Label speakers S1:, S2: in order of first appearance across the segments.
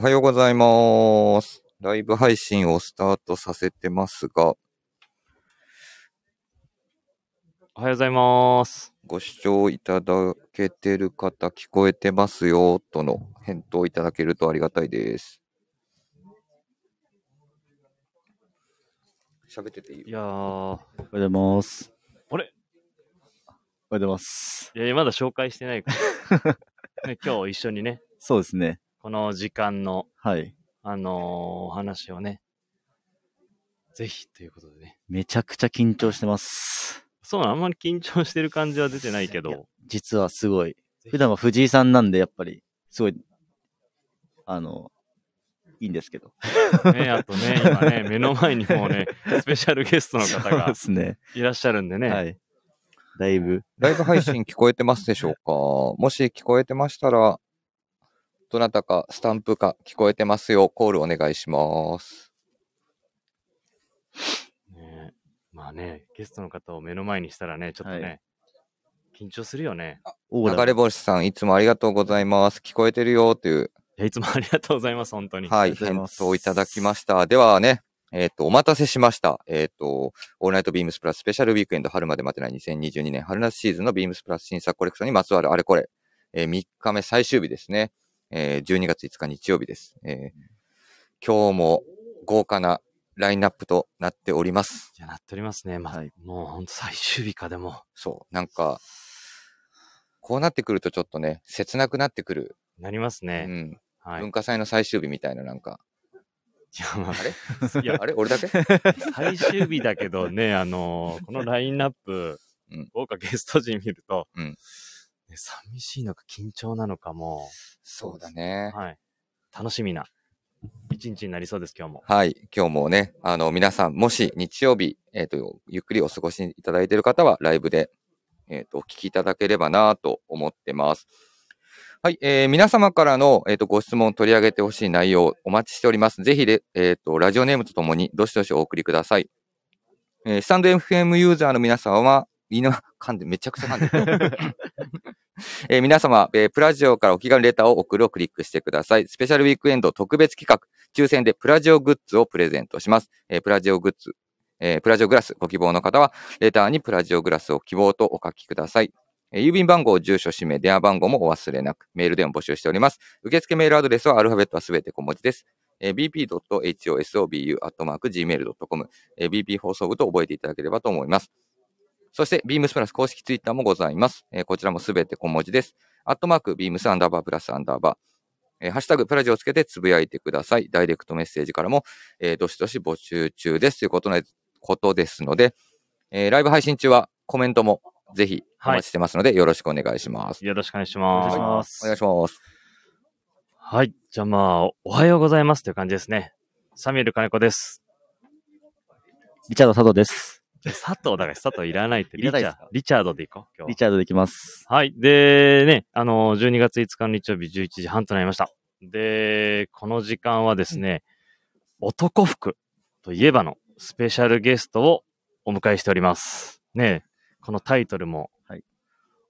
S1: おはようございます。ライブ配信をスタートさせてますが、
S2: おはようございます。
S1: ご視聴いただけてる方、聞こえてますよ、との返答いただけるとありがたいです。喋ってていい
S2: いやー、おは
S3: ようございます。
S2: あれ
S3: おはようございます。
S2: いや、まだ紹介してないから、 ね、今日一緒にね、
S3: そうですね。
S2: この時間の、
S3: はい。
S2: あのー、お話をね、ぜひということでね。
S3: めちゃくちゃ緊張してます。
S2: そうあんまり緊張してる感じは出てないけど。
S3: 実はすごい。普段は藤井さんなんで、やっぱり、すごい、あの、いいんですけど。
S2: ね、あとね、今ね、目の前にもう ね、スペシャルゲストの方がいらっしゃるんでね。
S3: でねはい。だいぶ。
S1: ライブ配信聞こえてますでしょうかもし聞こえてましたら、どなたかスタンプか聞こえてますよ、コールお願いします。
S2: ねまあね、ゲストの方を目の前にしたらね、ちょっとね、はい、緊張するよね。
S1: 流れ星さん、いつもありがとうございます。聞こえてるよという。
S2: いつもありがとうございます、本当に。
S1: はい、返答いただきました。ではね、えっ、ー、と、お待たせしました。えっ、ー、と、オールナイトビームスプラススペシャルウィークエンド春まで待てない2022年春夏シーズンのビームスプラス新作コレクションにまつわるあれこれ、えー、3日目最終日ですね。えー、12月5日日曜日です。えー、今日も豪華なラインナップとなっております。
S2: いや、なっておりますね。まあ、はい、もう本当最終日かでも。
S1: そう、なんか、こうなってくるとちょっとね、切なくなってくる。
S2: なりますね。
S1: うん。はい、文化祭の最終日みたいな、なんか。
S2: いや、まあ、
S1: あれいや、あれ俺だけ
S2: 最終日だけどね、あのー、このラインナップ、うん、豪華ゲスト陣見ると、
S1: うん、
S2: 寂しいのか緊張なのかも
S1: そうだね。
S2: はい。楽しみな一日になりそうです、今日も。
S1: はい。今日もね、あの、皆さん、もし日曜日、えっ、ー、と、ゆっくりお過ごしいただいている方は、ライブで、えっ、ー、と、お聞きいただければなと思ってます。はい。えー、皆様からの、えっ、ー、と、ご質問取り上げてほしい内容、お待ちしております。ぜひで、えっ、と、ラジオネームとともに、どしどしお送りください。えー、スタンド FM ユーザーの皆様は、みんな、噛んで、めちゃくちゃ噛んでる。 えー、皆様、えー、プラジオからお気軽レターを送るをクリックしてください。スペシャルウィークエンド特別企画、抽選でプラジオグッズをプレゼントします。えー、プラジオグッズ、えプラジオグラスご希望の方は、レターにプラジオグラスを希望とお書きください。え郵便番号、住所、氏名、電話番号もお忘れなく、メールでも募集しております。受付メールアドレスはアルファベットはすべて小文字です。え bp.hosobu.gmail.com、え bp 放送部と覚えていただければと思います。そして、ビームスプラス公式ツイッターもございます。えー、こちらもすべて小文字です。アットマーク、ビームスアンダーバープラスアンダーバー。えー、ハッシュタグ、プラジをつけてつぶやいてください。ダイレクトメッセージからも、えー、どしどし募集中です。ということのことですので、えー、ライブ配信中はコメントもぜひお待ちしてますので、はい、よろしくお願いします。
S2: よろしくお願いします。お願いします。
S1: お願いします。
S2: はい。じゃあまあ、おはようございますという感じですね。サミュエル金子です。
S3: リチャード佐藤です。
S2: 佐藤だから佐藤いらないって。
S3: リチャ
S2: リチャードでいこう。今
S3: 日リチャードでいきます。
S2: はい。で、ね、あの、12月5日の日曜日11時半となりました。で、この時間はですね、うん、男服といえばのスペシャルゲストをお迎えしております。ねこのタイトルも、
S3: はい、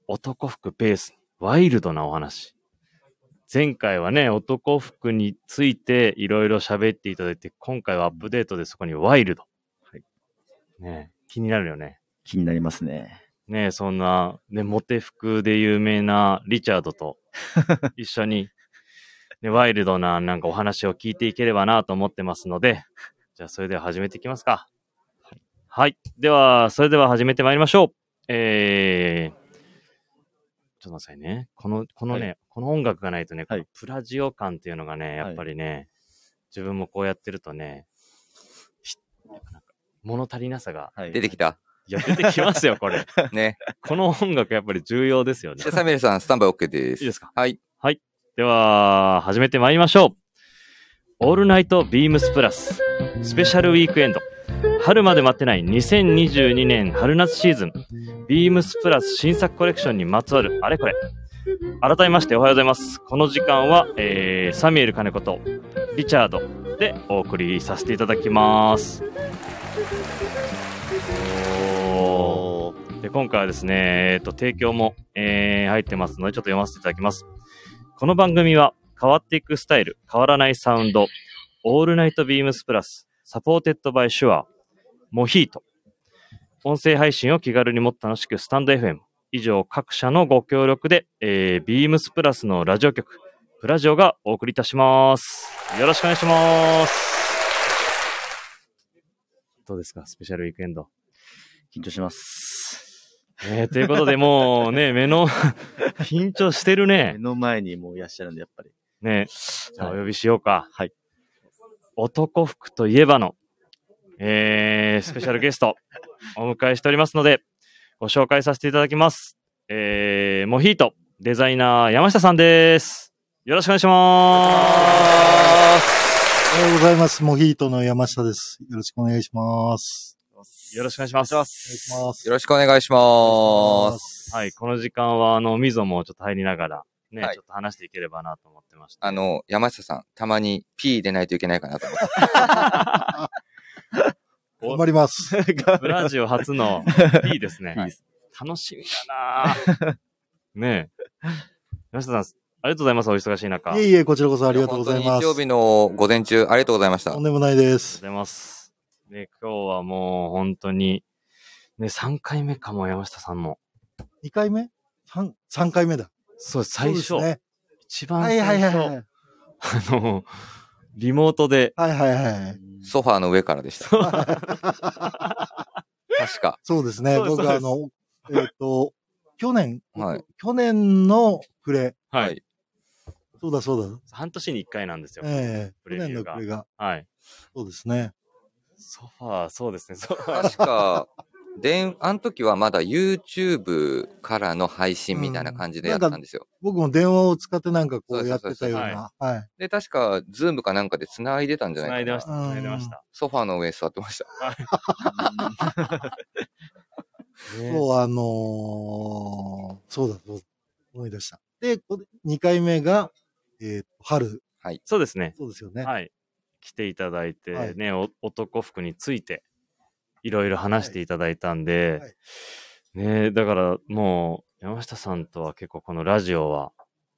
S2: 男服ベース、ワイルドなお話。前回はね、男服についていろいろ喋っていただいて、今回はアップデートでそこにワイルド。はい、ね気になるよね。
S3: 気になりますね。
S2: ねえ、そんな、ね、モテ服で有名なリチャード と一緒に、ね、ワイルドななんかお話を聞いていければなと思ってますので、じゃあそれでは始めていきますか。はい。はい、では、それでは始めてまいりましょう。えー、ちょっと待ってくださいね。この、このね、はい、この音楽がないとね、はい、プラジオ感っていうのがね、やっぱりね、自分もこうやってるとね、物足りなさが、
S1: はい、出てきた。
S2: いや、出てきますよ、これ。
S1: ね。
S2: この音楽やっぱり重要ですよね。
S1: サミュエルさん、スタンバイ OK です。
S2: いいですか
S1: はい。
S2: はい。では、始めてまいりましょう。オールナイトビームスプラス、スペシャルウィークエンド。春まで待ってない2022年春夏シーズン、ビームスプラス新作コレクションにまつわるあれこれ。改めましておはようございます。この時間は、えー、サミュエル金子とリチャードでお送りさせていただきます。おで今回はですね、えーと、と提供も、えー、入ってますのでちょっと読ませていただきます。この番組は変わっていくスタイル、変わらないサウンド、オールナイトビームスプラス、サポーテッドバイシュア、モヒート。音声配信を気軽にもっと楽しく、スタンド FM。以上、各社のご協力で、えー、ビームスプラスのラジオ局、プラジオがお送りいたします。よろしくお願いします。どうですか、スペシャルウィークエンド。
S3: 緊張します。
S2: えー、ということで、もう ね、目の、緊張してる
S3: 目
S2: ね。
S3: の前にもういらっしゃるんで、やっ ぱり。
S2: ね、じゃあお呼びしようか。
S3: はい。
S2: 男服といえばの、えー、スペシャルゲス ト、お迎えしておりますので、ご紹介させていただきます。えー、モヒート、デザイナー、山下さんです。よろしくお願いします。
S4: おはようございます。モヒートの山下です。よろしくお願いします。
S2: よろしくお願いします。
S4: お願いします。
S1: よろしくお願いします。
S4: す
S2: はい、この時間は、あの、みぞもちょっと入りながら、ね、
S1: はい
S2: ちょっと話していければなと思ってました。
S1: あの、山下さん、たまに P 入れないといけないかなと思って。
S4: 頑張ります。
S2: ブラジオ初 のいいですね。
S1: いいで
S2: 楽しみだな ぁねえ。山下さん、ありがとうございます。お忙しい中。あ
S4: い
S2: り
S4: え
S2: がとう
S4: いえ、こちらこそありがとうございま
S1: 本当に
S4: す。
S1: 日曜日の午前中、ありがとうございました
S4: とん。でもないで
S2: ご
S4: す。
S2: ざいます。ね、今日はもう本当に、ね、3回目かも、山下さんも。
S4: 2回目 ?3、3回目だ。
S2: そう、最初、
S4: そうですね。
S2: 一番
S4: はい
S2: 最
S4: はい
S2: 初、
S4: はいはい。
S2: あの、リモートで、
S4: はいはいはい。
S1: ソファーの上からでした。 確か。
S4: そうですね。
S2: そうです
S4: 僕あの、えっ、と、去年、
S1: はい
S4: 去年の暮れ。
S2: はい。
S1: はい
S4: そうだそうだ。
S2: 半年に1回なんですよ。
S4: ええ
S2: プレビ
S4: 去
S2: ュ
S4: 年
S2: ー
S4: の
S2: が
S4: 暮れが。
S2: はい。
S4: そうですね。
S2: ソファー、そうですね。ソファー
S1: 確か、であの時はまだ YouTube からの配信みたいな感じでやったんですよ。
S4: 僕も電話を使ってなんか
S1: そ
S4: こ
S1: う
S4: う
S1: そ
S4: や
S1: う
S4: っ
S1: そう
S4: て
S1: そ
S4: た
S1: う
S4: ような。はい。
S1: で、確か、ズームかなんかで繋いでたんじゃな
S2: 繋
S1: いか
S2: いで
S1: な
S2: ました。繋いでました。
S1: ソファーの上座ってました。
S2: ね
S4: そう、あのーそうだ、そうだ思い出した。で、こ2回目が、えー、春。
S2: そうですね。
S4: そうですよね。
S2: はい。来ていただい
S4: は
S2: て、
S4: い
S2: ね、お男服について、いろいろ話していただいたんで、ね、だからもう、山下さんとは結構このラジオは、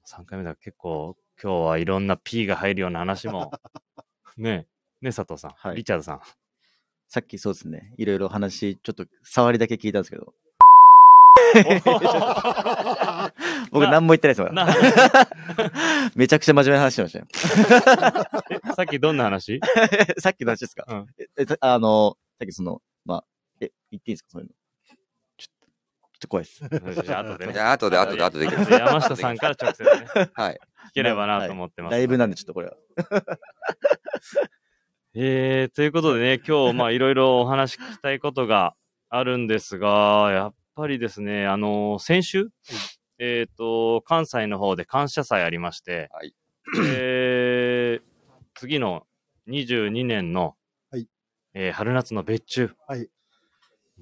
S2: 3回目だから結構、今日はいろんな P が入るような話も、 ね、ね、佐藤さん、
S3: はい
S2: リチャードさん。
S3: さっきそうですね、いろいろ話、ちょっと触りだけ聞いたんですけど、僕
S2: な
S3: 何も言ってないですもん。
S2: な
S3: めちゃくちゃ真面目な話してましたよ。
S2: えさっきどんな 話
S3: さっきの話ですか、
S2: うん
S3: ええさあの、さっきその、まあ、え、言っていいですかそういうの。ちょっと、ちょっと怖いです。
S2: じゃあ後でね
S1: じゃあ、後で、後で、後で。
S2: 山下さんから直接ね、聞
S1: はい。
S2: ければなと思ってます。
S3: ライブなんでちょっとこれは。
S2: えー、ということでね、今日、まあ、いろいろお話聞きたいことがあるんですが、やっぱりですね、あの先週、えっ、と、関西の方で感謝祭ありまして、
S1: はい
S2: えー次の22年の、
S4: はい
S2: えー春夏の別注、
S4: はい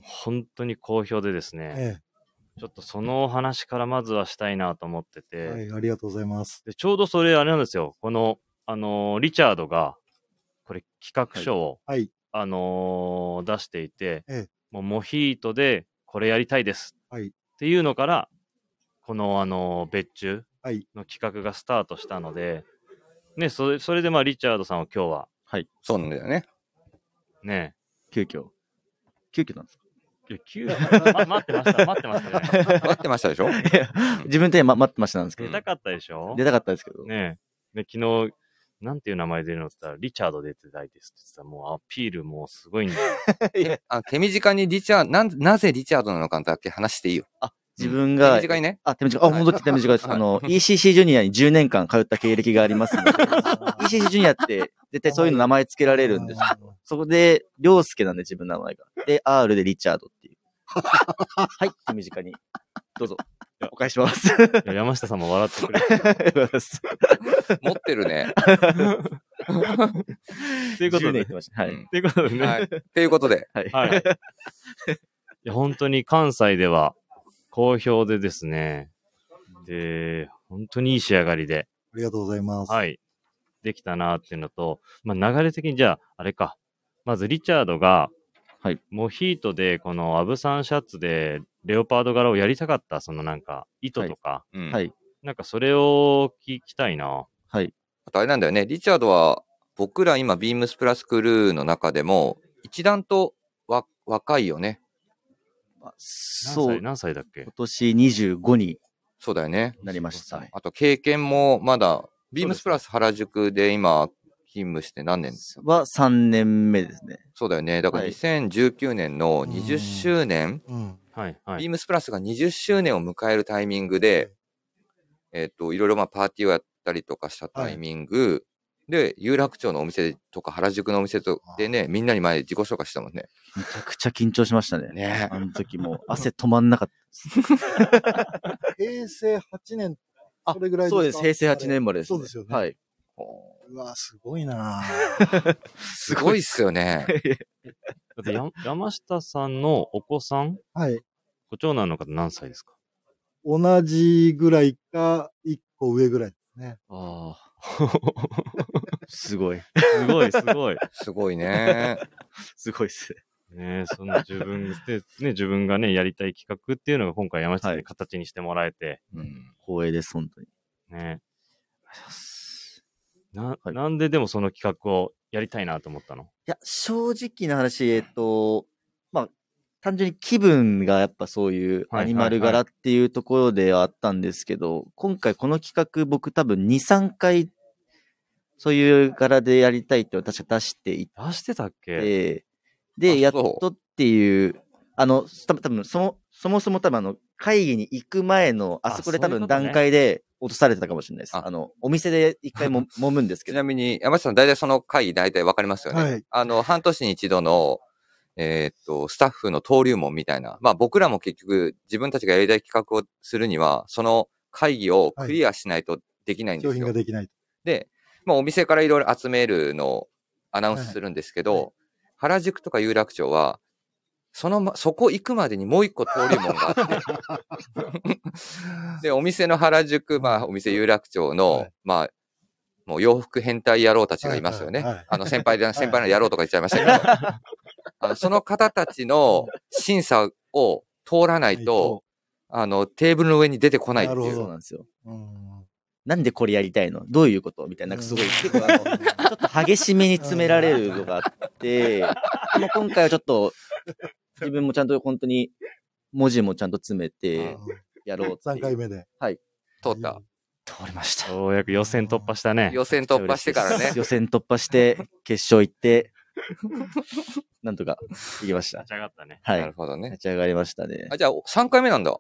S2: 本当に好評でですね、
S4: え
S2: ちょっとそのお話からまずはしたいなと思って
S4: え
S2: て、
S4: はい、ありがとうございます。
S2: でちょうどそれ、あれなんですよ、この、あのリチャードが、これ、企画書を、
S4: はい。
S2: あのー出していて、
S4: ええ
S2: もうモヒートでこれやりたいです、
S4: はい
S2: っていうのから、この、あのー別注
S4: はい
S2: の企画がスタートしたので、ね、それそれで、まあ、リチャードさんを今日は
S1: そうなんだよね。
S2: ね、
S3: 急遽。急遽なんですか
S2: いや急 に、ま、待ってました、待ってましたね。
S1: 待ってましたでしょ
S3: いや 自分で、ま、待ってましたなんですけ
S2: 出
S3: ど、
S2: たかったでしょ、
S3: 出たかったですけど、
S2: ねで昨日、なんていう名前出るのって言ったら、リチャード出てないですって言ってたらもうアピールもうす ごいんで、
S1: あ、手短にリチャー、なん、なぜリチャードなのかだけ話していいよ。
S3: 自分
S1: 手
S3: が、
S1: 短にね。
S3: あ、手短、あ、戻って手短です。
S1: はい
S3: あの、ECC ジュニアに10年間通った経歴がありますので、ECC ジュニアって絶対そういうの名前付けられるんですけど、そこで、りょうすけなんで自分の名前が。で、R でリチャードっていう。はい、手短に。どうぞ。お返しします。ありが
S2: いや山下さんも笑ってくれて
S3: とうございます。
S1: 持ってる ね。
S2: ということ
S3: 10年言
S2: で、
S3: っ
S2: と
S3: てました。は
S1: う
S3: い。
S1: ん
S2: いうことでね、
S1: はい。っていうことで、
S3: はい。
S2: はい。い や、本当に関西では好評でですね、で、本当にいい仕上がりで、
S4: ありがとうございます。
S2: はい、できたなっていうのと、まあ、流れ的にじゃあ、あれか、まずリチャードが、
S3: はい
S2: モヒートで、このアブサンシャツで、レオパード柄をやりたかった、そのなんか、糸とか、
S1: うん
S3: はい。
S2: なんかそれを聞きたいな。
S3: はい。
S1: あとあれなんだよね、リチャードは、僕ら今、ビームスプラスクルーの中でも、一段とわ若いよね。
S3: そう、今
S2: 何歳何歳だっけ
S3: 年25に
S1: そうだよね。
S3: なりました。
S1: あと、経験もまだ、ビームスプラス原宿で今、勤務して何年
S3: は3年目ですね。
S1: そうだよね。だから
S3: はい
S1: 2019年の20周年、
S4: うん。
S2: はい、は
S1: ビ
S2: い。
S1: ームスプラスが20周年を迎えるタイミングで、えっ、と、いろいろまあパーティーをやったりとかしたタイミング、で、有楽町のお店とか原宿のお店とでね、みんなに前自己紹介したもんね。
S3: めちゃくちゃ緊張しましたね。
S1: ね
S3: あの時もう汗止まんなかっ
S4: 平成8年、
S3: た。
S4: それぐらい
S3: あそうです。平成8年までです、ね。
S4: そうですよね
S3: はい。
S4: うわ、すごいなぁ
S1: すごいっすよね。
S2: だってや山下さんのお子さん、
S4: はい。
S2: ご長男の方何歳ですか
S4: 同じぐらいか、一個上ぐらいですね。
S3: ああ。 すごい。
S2: すごい、すごい。
S1: すごいね。
S3: すごいっす。
S2: ねえ、その自分で、ね、自分がね、やりたい企画っていうのが今回山下さんに形にしてもらえて、
S1: うん
S3: 光栄です、本当に。
S2: ねえ。な、なんででもその企画をやりたいなと思ったの
S3: いや、正直な話、えっと、まあ、単純に気分がやっぱそういう
S2: はい
S3: アニマル柄っていうところではあったんですけど、今回この企画僕多分2、3回そういう柄でやりたいって私が出してい
S2: 出してたっけ、
S3: て、
S1: あ
S3: で、やっ
S1: そう
S3: とっていう、あの、た多分そもそもそも多分あの会議に行く前の、あ
S2: あ
S3: そこで
S2: そうい
S3: 多
S2: うこと
S3: 分
S2: ね
S3: 段階で落とされてたかもしれないです。
S1: あ
S3: あの、お店で一 回も揉むんですけ
S1: ち
S3: ど
S1: な、みに、山下さん、大体その回、大体わかりますよね。
S4: はい
S1: あの、半年に一度の、えーっと、スタッフの登竜門みたいな。まあ、僕らも結局、自分たちがやりたい企画をするには、その会議をクリアしないとできないんで
S4: 商
S1: すよ。
S4: 品ができない。
S1: で、まあ、お店からいろいろ集めるのをアナウンスするんですけど、
S4: はいは
S1: 原宿とか有楽町は、そのま、そこ行くまでにもう一個登竜門があって、 で、お店の原宿、まあ、お店有楽町の、
S4: はい
S1: まあ、もう洋服変態野郎たちがいますよね。
S4: はいはいはい
S1: あの、先輩 で、先輩の野郎とか言っちゃいましたけど、あの、その方たちの審査を通らないと、あの、テーブルの上に出てこないって
S4: なる
S1: い
S4: ほ
S1: う
S3: そ
S4: ど
S3: う。なんですよ。
S4: うん。
S3: なんでこれやりたいのどういうことみたいな、なんか すごい、結構あの、
S4: の、
S3: 激しめに詰められるのがあって、でも今回はちょっと、自分もちゃんと本当に、文字もちゃんと詰め てやろうっていう。
S4: 3回目で。
S1: 通った。
S3: 通りました。
S2: ようやく予選突破したね。
S1: 予選突破してからね。
S3: 予選突破して、決勝行って、なんとか行きました
S2: 立。ち上がったね。
S3: は
S1: ないる。ほどね
S3: 立。ち上がりましたね
S1: あ、。じゃあ、3回目なんだ。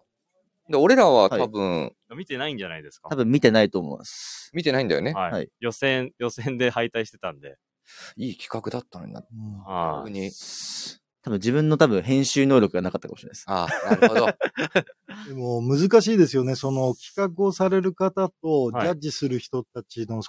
S1: で、俺らは
S3: はい
S1: 多分、
S2: 見てないんじゃないですか
S3: 多分見てないと思います。
S1: 見てないんだよね。
S2: はい、
S3: はい
S2: 予選、予選で敗退してたんで。
S1: いい企画だったのにな。
S4: うん
S2: あ
S1: 逆に。
S3: 多分自分の多分編集能力がなかったかもしれないです。
S1: ああ、なるほど。
S4: でも難しいですよね。その企画をされる方と、ジ
S2: はい
S4: ャッジする人たちの、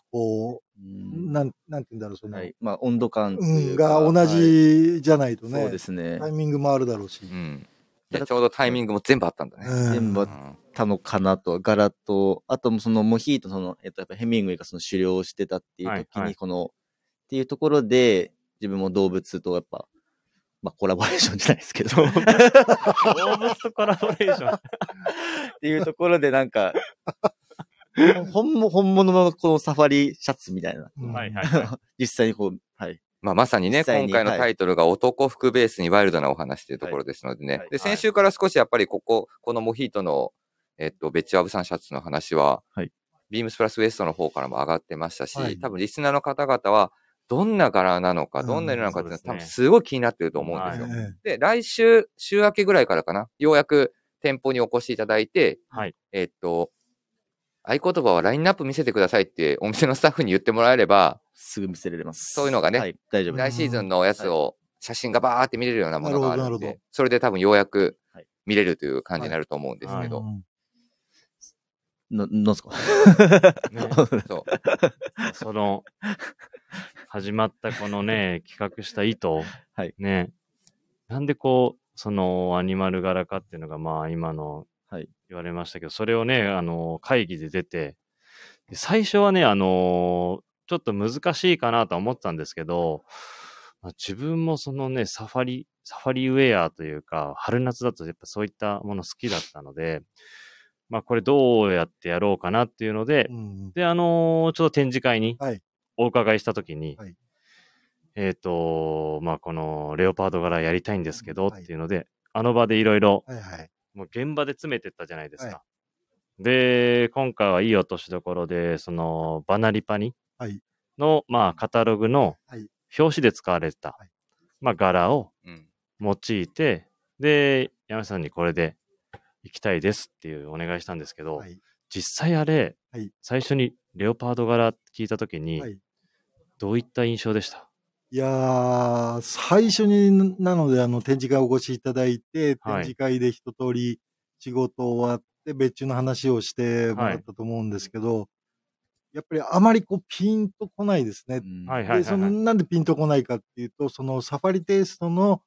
S3: う
S4: こう、
S3: ん
S4: なん、なんて言うんだろう、その、
S3: はい。まあ温度感と
S4: う
S3: い
S4: ん、
S3: うか
S4: が同じじゃないと
S3: はいそうで
S4: ね、
S3: すね
S4: タ。イミングもあるだろうし
S1: う。ん。じゃあちょうどタイミングも全部あったんだね。
S4: うん
S3: 全
S1: う
S3: 部
S1: ん
S3: たのかなと、柄と、あともそのモヒート、その、えっと、やっぱヘミングウェイがその狩猟をしてたっていう
S2: はい
S3: 時
S2: はい
S3: に、この、っていうところで、自分も動物とやっぱ、まあコラボレーションじゃないですけど、っ
S2: 動物とコラボレーション。
S3: ていうところでなんか、本物、本物のこのサファリシャツみたいな、
S4: うん
S2: はいはいはい。
S3: 実際にこう、はい。
S1: まあ、まさにね、
S3: 実際
S1: 今
S3: に
S1: 回のタイトルが男服ベースにワイルドなお話というところですのでね。
S3: はい
S1: で、
S3: はい
S1: 先週から少しやっぱりここ、このモヒートの、えっと、ベッチワブさんシャツの話は、
S3: はい
S1: ビームスプラスウエストの方からも上がってましたし、
S4: はい
S1: 多分リスナーの方々は、どんな柄なのか、どんな色なのかっていうのは、
S2: うんそう
S1: 多分
S2: ですね
S1: すごい気になってると思うんですよ。
S2: はい
S4: ええ
S1: で、来週、週明けぐらいからかな、ようやく店舗にお越しいただいて、
S2: はい
S1: えっと、合言葉はラインナップ見せてくださいってお店のスタッフに言ってもらえれば、
S3: すぐ見せられます。
S1: そういうのがね
S3: はい、大丈夫です。
S1: 来シーズンのやつを写真がバーって見れるようなものがある
S4: なる
S1: の
S4: ほどなる
S1: で
S4: ほど、
S1: それで多分ようやく
S3: はい
S1: 見れるという感じになると思うんです
S2: は
S1: け
S2: い
S1: ど、
S3: の、のすか
S2: ね
S1: そう。
S2: その、始まったこの ね、企画した意図、
S3: はい
S2: ね、なんでこう、そのアニマル柄かっていうのが、まあ今の
S3: はい
S2: 言われましたけど、それをね、あの、会議で出て、で最初はね、あの、ちょっと難しいかなとは思ってたんですけど、まあ自分もそのね、サファリ、サファリウェアというか、春夏だとやっぱそういったもの好きだったので、まあこれどうやってやろうかなっていうので、
S4: うん。
S2: で、あのーちょっと展示会に
S4: はい
S2: お伺いしたときに、
S4: はい
S2: えっ、とまあこのレオパード柄やりたいんですけどっ
S4: はい
S2: ていうので、あの場でいろいろ、
S4: はいはい。
S2: もう現場で詰めてったじゃないですか。で、今回はいい落としどころで、その、バナリパニ
S4: はい
S2: の、まあカタログの
S4: はい
S2: 表紙で使われてた、
S4: はい
S2: まあ柄を
S1: うん。
S2: 用いて、で、山下さんにこれで行きたいですっていうお願いしたんですけど、
S4: はい。
S2: 実際あれ、
S4: はい
S2: 最初にレオパード柄聞いたときに、
S4: はい
S2: どういった印象でした
S4: いやー、最初になので、あの、展示会お越しいただいて、展
S2: はい
S4: 示会で一通り仕事終わって、別注の話をしてもらったと思うんですけど、やっぱりあまりこう、ピンとこないです ね。
S3: うん
S2: はいはいは
S4: で、そ
S2: い、は
S4: の、
S2: い。
S4: なんでピンとこないかっていうと、そのサファリテイストの、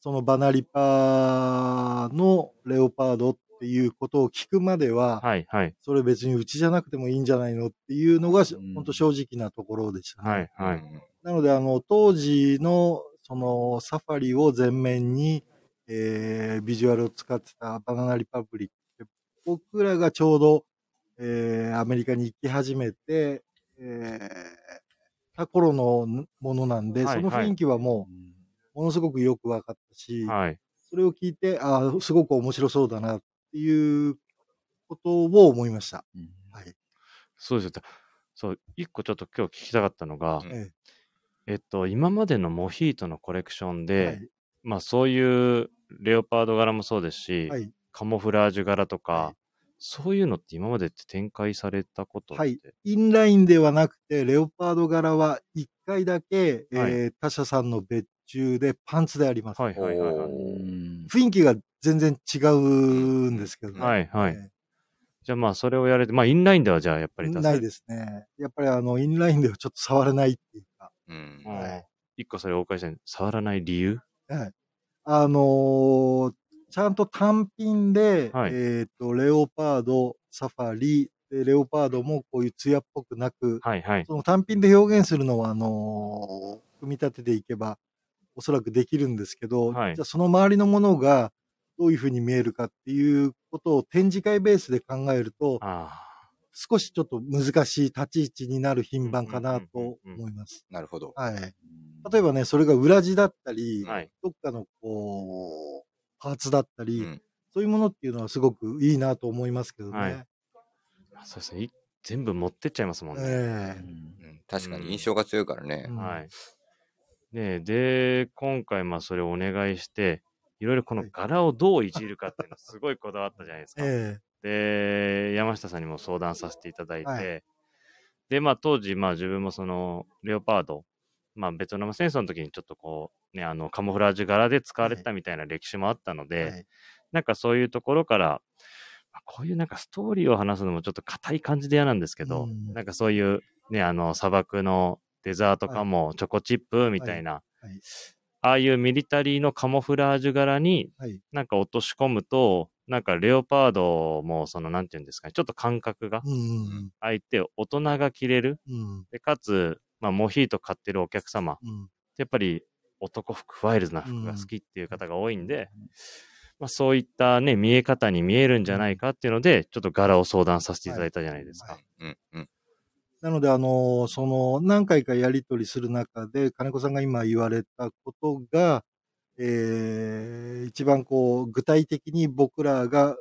S4: そのバナリパのレオパードっていうことを聞くまでは、
S2: はいはい
S4: それ別にうちじゃなくてもいいんじゃないのっていうのが、
S3: ん
S4: 本当正直なところでしたね。
S2: はいは
S1: う
S2: い。
S1: ん
S4: なので、あの、当時の、その、サファリを前面に、えー、ビジュアルを使ってたバナナリパブリック。僕らがちょうど、えー、アメリカに行き始めて、えー、た頃のものなんで、
S2: はい
S4: その雰囲気はもう、ものすごくよく分かったし、
S2: はい。
S4: それを聞いて、ああ、すごく面白そうだな、っていうことを思いました。
S3: うん
S4: はい。
S2: そうですよ。そう、一個ちょっと今日聞きたかったのが、
S1: うん
S4: え
S2: えっと、今までのモヒートのコレクション
S4: え
S2: で、まあそういうレオパード柄もそうですし、
S4: はい。はい。
S2: カモフラージュ柄とか、
S4: はい
S2: そういうのって今までって展開されたことって、
S4: はいインラインではなくて、レオパード柄は1回だけ、えー他社さんの別注でパンツであります。
S2: はいはいはいはい。
S3: うん
S4: 雰囲気が全然違うんですけどね。
S2: はいはい
S4: え
S2: じゃあまあそれをやれて、まあインラインではじゃあやっぱり
S4: ー
S2: 出せ
S4: ないですね。やっぱりあの、インラインではちょっと触れないっていうか、
S1: うん
S2: う。ん
S4: はい
S2: 一個それお伺いしたいんです触らない理由
S4: あのーちゃんと単品で、
S2: はい
S4: えっ、と、レオパード、サファリ、でレオパードもこういう艶っぽくなく、
S2: はいはい。
S4: その単品で表現するのは、あのー組み立てていけば、おそらくできるんですけど、
S2: はい
S4: じゃあその周りのものがどういうふうに見えるかっていうことを展示会ベースで考えると、
S2: あ
S4: 少しちょっと難しい立ち位置になる品番かなと思います。
S1: なるほど。
S4: はい。例えばね、それが裏地だったり、
S2: あ。はい。
S4: どっかのこう、パーツだったり、
S1: うん
S4: そういうものっていうのはすごくいいなと思いますけどね。
S2: はいあそうですね。い全部持ってっちゃいますもんね。
S4: ええ
S1: うん確かに印象が強いからね。
S4: うん
S2: はい。ねえで、今回、まあ、それをお願いして、いろいろこの柄をどういじるかっていうの、すごいこだわったじゃないですか。
S4: え
S2: で、山下さんにも相談させていただいて、
S4: は
S2: で、まあ、当時、まあ、自分もその、レオパード、まあ、ベトナム戦争の時にちょっとこう、ね、あの、カモフラージュ柄で使われてたみたいな歴史もあったの
S4: え
S2: で、
S4: はい
S2: なんかそういうところから、まあこういうなんかストーリーを話すのもちょっと硬い感じで嫌なんですけど、
S4: うん
S2: なんかそういうね、あの砂漠のデザートかもチョコチップみたいな、
S4: いはい
S2: ああいうミリタリーのカモフラージュ柄に
S4: はい
S2: なんか落とし込むと、なんかレオパードもそのなんていうんですかね、ちょっと感覚が
S4: うんうん
S2: 空いて大人が着れる。
S4: うんうん
S2: で、かつ、まあモヒート買ってるお客様、
S4: うん
S2: やっぱり男服、ワイルドな服が好きっていう方が多いんで、まあ、そういったね、見え方に見えるんじゃないかっていうので、ちょっと柄を相談させていただいたじゃないですか。
S4: は
S1: うん。うん。
S4: なので、あの、その、何回かやりとりする中で、金子さんが今言われたことが、えー、一番こう、具体的に僕らが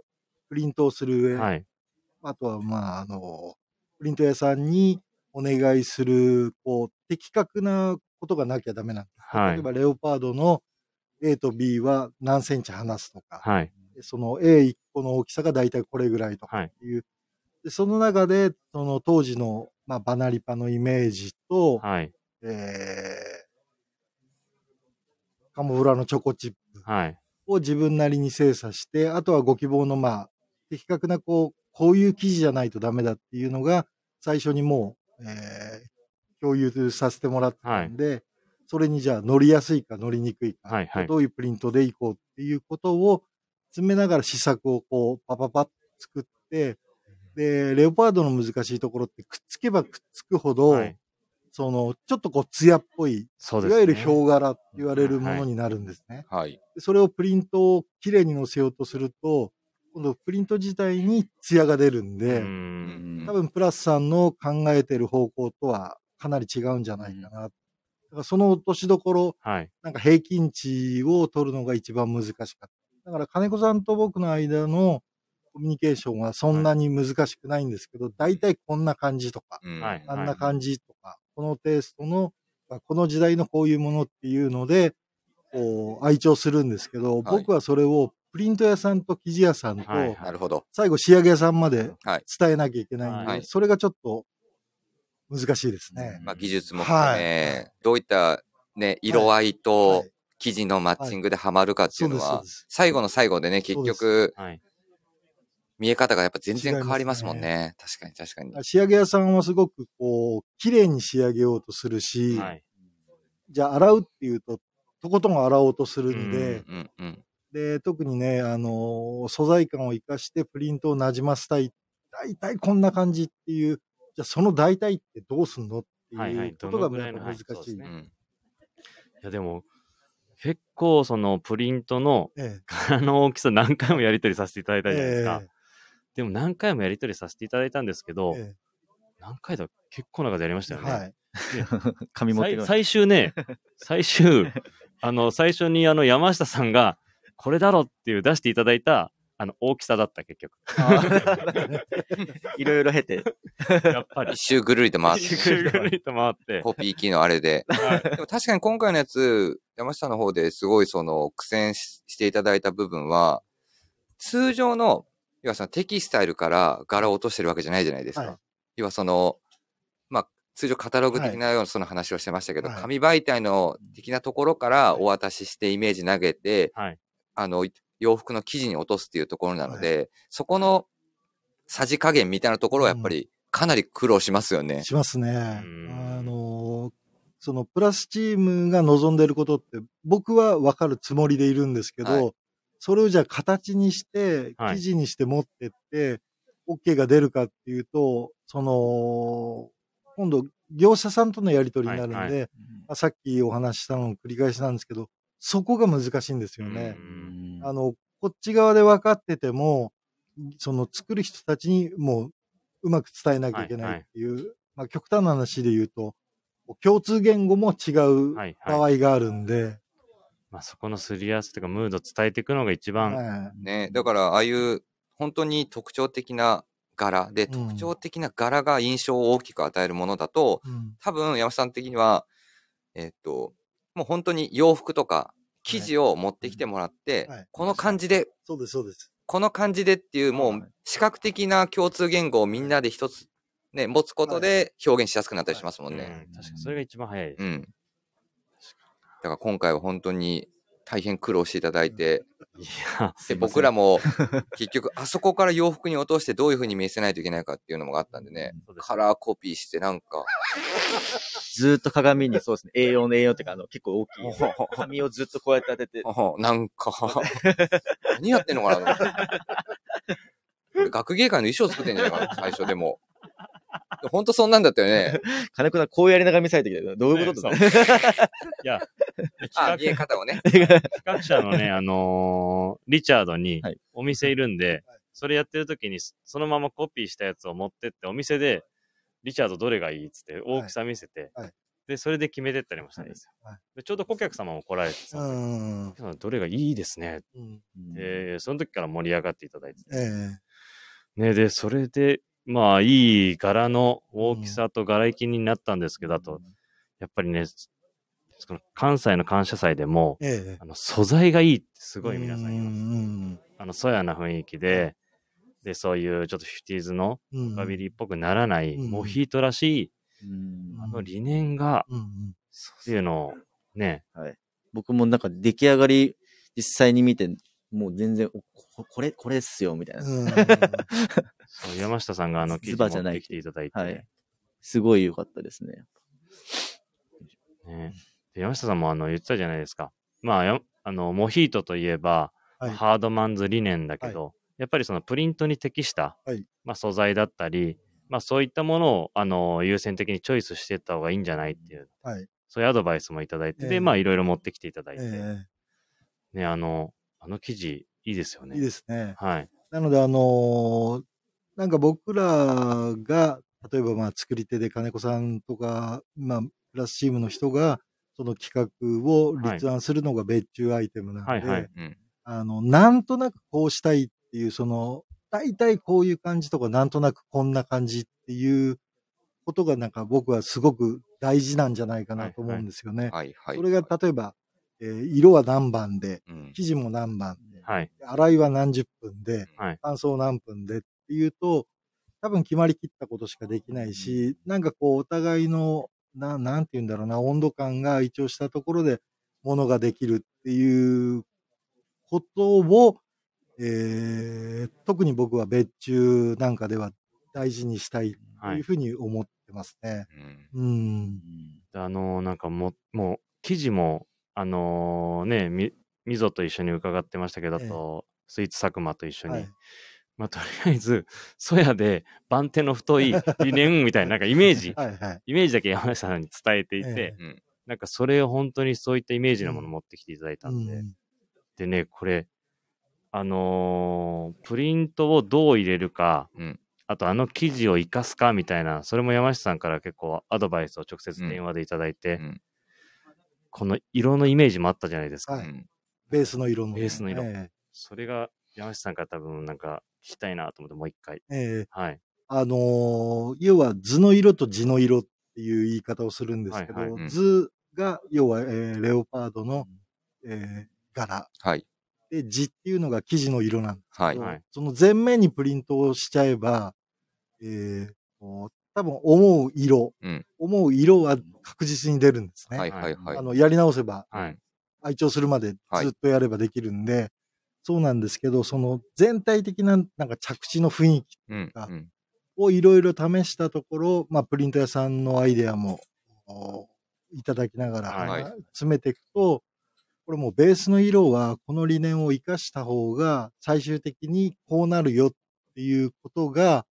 S4: プリントをする上、
S2: はい。
S4: あとは、まあ、あの、プリント屋さんにお願いする、こう、的確なことがなきゃダメなんです。
S2: は
S4: 例え
S2: い。
S4: ば、レオパードの A と B は何センチ離すとか、
S2: はい。
S4: その A1 個の大きさがだいたいこれぐらいとか
S2: はい。
S4: っていう。でその中で、その当時の、まあ、バナリパのイメージと、
S2: はい。
S4: えー、カモフラのチョコチップ
S2: はい。
S4: を自分なりに精査して、あとはご希望の、まあ、的確な、こう、こういう記事じゃないとダメだっていうのが、最初にもう、えー、共有させてもらってたんで、それにじゃあ乗りやすいか乗りにくいか、
S2: はいはい
S4: どういうプリントでいこうっていうことを詰めながら試作をこう、パパパッと作って、で、レオパードの難しいところって、くっつけばくっつくほど、
S2: はい。
S4: その、ちょっとこう、艶っぽい、
S2: そう
S4: い
S2: です
S4: わ
S2: ね。
S4: ゆる表柄って言われるものになるんですね。
S1: はい。
S4: それをプリントをきれいに載せようとすると、今度プリント自体にツヤが出るん
S2: う
S4: で、
S2: ん。
S4: 多分プラスさんの考えてる方向とはかなり違うんじゃないかな。だからその落としどころ、
S2: はい。
S4: なんか平均値を取るのが一番難しかった。だから金子さんと僕の間のコミュニケーションはそんなに難しくないんですけど、大体こんな感じとか、
S1: うん
S2: はい
S4: あんな感じとか、このテイストの、まあこの時代のこういうものっていうので、こう、愛聴するんですけど、
S1: い
S4: 僕はそれをプリント屋さんと生地屋さんと、
S2: はい
S1: なるほど。
S4: 最後仕上げ屋さんまで
S1: はい
S4: 伝えなきゃいけないんで、
S2: はい
S4: それがちょっと難しいですね。
S1: まあ、 技術も含め、
S4: は
S1: どういった、ね、色合いと
S4: はい
S1: 生地のマッチングでハマるかってい
S4: そう
S1: う
S4: で
S1: の
S4: す、
S1: は、
S4: そうです。
S1: 最後の最後でね、結局、
S2: はい。
S1: 見え方がやっぱ全然変わりますもんね。
S4: 違
S1: 確かに確かに。
S4: 仕上げ屋さんはすごくこう、綺麗に仕上げようとするし、
S2: はい。
S4: じゃあ洗うっていうと、とことん洗おうとするんで、
S1: うんうん。
S4: で、特にね、あのー素材感を生かしてプリントをなじませたい。大体こんな感じっていう、じゃあその大体ってどうすんのって
S2: はいはいいう
S4: こと
S2: ど
S4: が
S2: のぐら
S4: や
S2: い
S4: っ
S2: の
S4: ぱ難しい。
S2: はいそうです
S1: う
S2: ね
S1: ん。
S2: いや、でも、結構、その、プリントの
S4: え
S2: 柄の大きさ何回もやり取りさせていただい
S4: え
S2: たじゃないですか。
S4: え
S2: でも何回もやり取りさせていただいたんですけど、
S4: ええ
S2: 何回だ結構な数やりました
S4: え
S2: よね。
S4: はい。
S3: 紙持って
S2: 最
S3: くる。
S2: 最終ね、最終、あの、最初にあの山下さんが、これだろっていう出していただいた、あの、大きさだった、結局。
S3: いろいろ経て。
S2: やっぱり
S1: 一。周ぐるりと回って
S2: ぐ。るぐるっと回って。
S1: コピー機のあれで。でも確かに今回のやつ、山下の方ですごいその苦戦ししていただいた部分は、通常の、要はそのテキスタイルから柄を落としてるわけじゃないじゃないですか。
S4: はい
S1: 要はその、まあ、通常カタログ的なようなその話をしてましたけど、
S4: はい
S1: 紙媒体の的なところからお渡ししてイメージ投げて、
S2: はい
S1: あの、洋服の生地に落とすっていうところなので、そこのさじ加減みたいなところはやっぱりかなり苦労しますよね。
S4: しますね
S2: うん。
S4: あのーそのプラスチームが望んでることって僕はわかるつもりでいるんですけど、
S1: はい
S4: それをじゃあ形にして、
S2: はい
S4: 生地にして持ってって、OK が出るかっていうと、その、今度業者さんとのやり取りになるんで、
S2: はいは
S4: まあさっきお話ししたのの繰り返しなんですけど、そこが難しいんですよね。
S2: うん
S4: あの、こっち側で分かってても、その作る人たちにもううまく伝えなきゃいけないっていう、まあ極端な話で言うと、共通言語も違う
S2: はい
S4: 場
S2: はい。
S4: 合があるんで、
S2: まあ、そこのすり合わせとか、ムード伝えていくのが一番、
S4: はい
S1: ね、だからああいう本当に特徴的な柄で、
S4: うん
S1: 特徴的な柄が印象を大きく与えるものだと、
S4: うん
S1: 多分山下さん的には、えっと、もう本当に洋服とか生地を持ってきてもらって、
S4: はい
S1: この感じで、
S4: そうです、そうです。
S1: この感じでっていう、も
S3: は
S1: う
S3: い
S1: 視覚的な共通言語をみんなで一つ、ね、持つことで表現しやすくなったりしますもん
S2: うん
S1: ね。
S2: 確かにそれが一番早いです。
S1: うん。だから今回は本当に大変苦労していただいて、
S2: いや、
S1: で僕ら も結局あそこから洋服に落としてどういう風に見せないといけないかっていうのもあったんでね、
S2: そうです
S1: カラーコピーしてなんか、
S3: ずーっと鏡にそうですね、A4 の A4 っていうか、あの、結構大きい。紙をずっとこうやって当てて、
S1: あなん か、何やってんのかなと思って。これ学芸会の衣装作ってんじゃないかな、最初でも。ほんとそんなんだったよ ね。
S3: 金子さんこうやりながら見せられてきたどういうことだ
S2: ね
S3: ね。
S2: いや、
S1: あ、見え
S2: 企
S1: 方をね。
S2: 画者の ね、あのーリチャードに
S3: はい
S2: お店いるんで、それやってる時に、そそのままコピーしたやつを持ってって、お店で、リチャードどれがいいっつって、大きさ見せて、
S4: はい
S2: で、それで決めてったりもしたんですよ。
S4: はいはい
S2: でちょうど顧客様も来られてさ、
S4: う
S2: お
S4: ん。
S2: 客様どれがいいですねって、
S4: うん
S2: でその時から盛り上がっていただいて、
S4: ええ
S2: ね、で、それで、まあ、いい柄の大きさと柄行きになったんですけど、あ と、やっぱりね、その関西の感謝祭でも、
S4: ええ
S2: あの素材がいいってす
S4: す
S2: ごい皆さん言います。
S4: ん
S2: あの、そやな雰囲気で、で、そういうちょっとフィフティーズの
S4: うんうん。
S2: ロカビリーっぽくならない、
S4: うん
S2: モヒートらしい、
S3: うん
S2: あの理念が、
S4: うんうん。
S2: っていうのを、ね、
S3: 僕もなんか出来上がり、実際に見て、もう全然、おここれ、これっすよ、みたい な。
S4: うん
S2: そう山下さんがあの記
S3: ズ
S2: 事
S3: バじゃ
S2: 持
S3: な
S2: っ
S3: い
S2: てきていただいて、
S3: はいすごい良かったですね。
S2: ねで山下さんもあの言ってたじゃないですか。まあ、やあの、モヒートといえば、
S4: はい
S2: ハードマンズ理念だけど、やっぱりそのプリントに適した、
S4: はい
S2: まあ、素材だったり、まあ、そういったものをあの優先的にチョイスしていった方がいいんじゃないっていう、
S4: はい
S2: そういうアドバイスもいただいて、
S4: ええ
S2: で、まあ、いろいろ持ってきていただいて、
S4: え
S2: ね、あの、あの記事、いいですよ
S4: え
S2: ね。
S4: いいですね。
S2: はい。
S4: なので、あのーなんか僕らが、例えばまあ作り手で金子さんとか、まあ、プラスチームの人が、その企画を立案するのが別注アイテムなので、
S2: はいはい
S1: うん
S4: あの、なんとなくこうしたいっていう、その、大体こういう感じとか、なんとなくこんな感じっていうことがなんか僕はすごく大事なんじゃないかなと思うんですよね。
S1: はいはい。
S4: それが例えば、えー色は何番で、
S1: うん
S4: 生地も何番で、
S2: はい。
S4: 洗いは何十分で、
S2: はい
S4: 乾燥何分でっていうと、多分決まりきったことしかできないし、なんかこう、お互いの、ななんて言うんだろうな、温度感が一応したところで、ものができるっていうことを、えー特に僕は別注なんかでは大事にしたいと
S2: は
S4: いう
S2: い。
S4: ふうに思ってますね。
S1: うん
S4: うん。
S2: あのーなんかもう、もう、記事も、あのーね、み、みぞと一緒に伺ってましたけど、あ
S4: ええ
S2: と、スイーツ佐久間と一緒に、
S4: はい
S2: まあ、とりあえず、そやで番手の太い理念みたいな、なんかイメー ジ、
S4: はいはい。
S2: イメージだけ山梨さんに伝えていて、
S4: え
S1: うん
S2: なんかそれを本当にそういったイメージのものを持ってきていただいたんで、
S4: うん
S2: でね、これ、あのープリントをどう入れるか、
S1: うん
S2: あとあの記事を活かすかみたいな、それも山下さんから結構アドバイスを直接電話でいただいて、
S1: うん
S2: この色のイメージもあったじゃないですか。
S1: う
S4: はい
S1: ん
S4: ベースの色の。
S2: ベースの色
S4: え
S2: それが山下さんから多分なんか聞きたいなと思って、もう一回。
S4: えええ
S2: はい。
S4: あのー要は図の色と字の色っていう言い方をするんですけど、
S2: はい
S1: はいうん
S4: 図が要は、えーレオパードの、えー柄
S1: はい。
S4: で字っていうのが生地の色なんです
S1: は
S4: け
S1: い
S4: ど、。
S2: はい
S4: その前面にプリントをしちゃえば、えーこう多分思う色、
S1: うん
S4: 思う色は確実に出るんですね。
S1: はいはいはい
S4: あ。のやり直せば
S2: はい。
S4: 愛聴するまでずっとやればできるんで、そうなんですけど、その全体的ななんか着地の雰囲気
S1: うん
S4: あ
S1: うん
S4: をいろいろ試したところ、まあ、プリント屋さんのアイデアもおいただきながら、
S2: はい
S4: 詰めていくと、これもうベースの色はこの理念を活かした方が最終的にこうなるよっていうことが、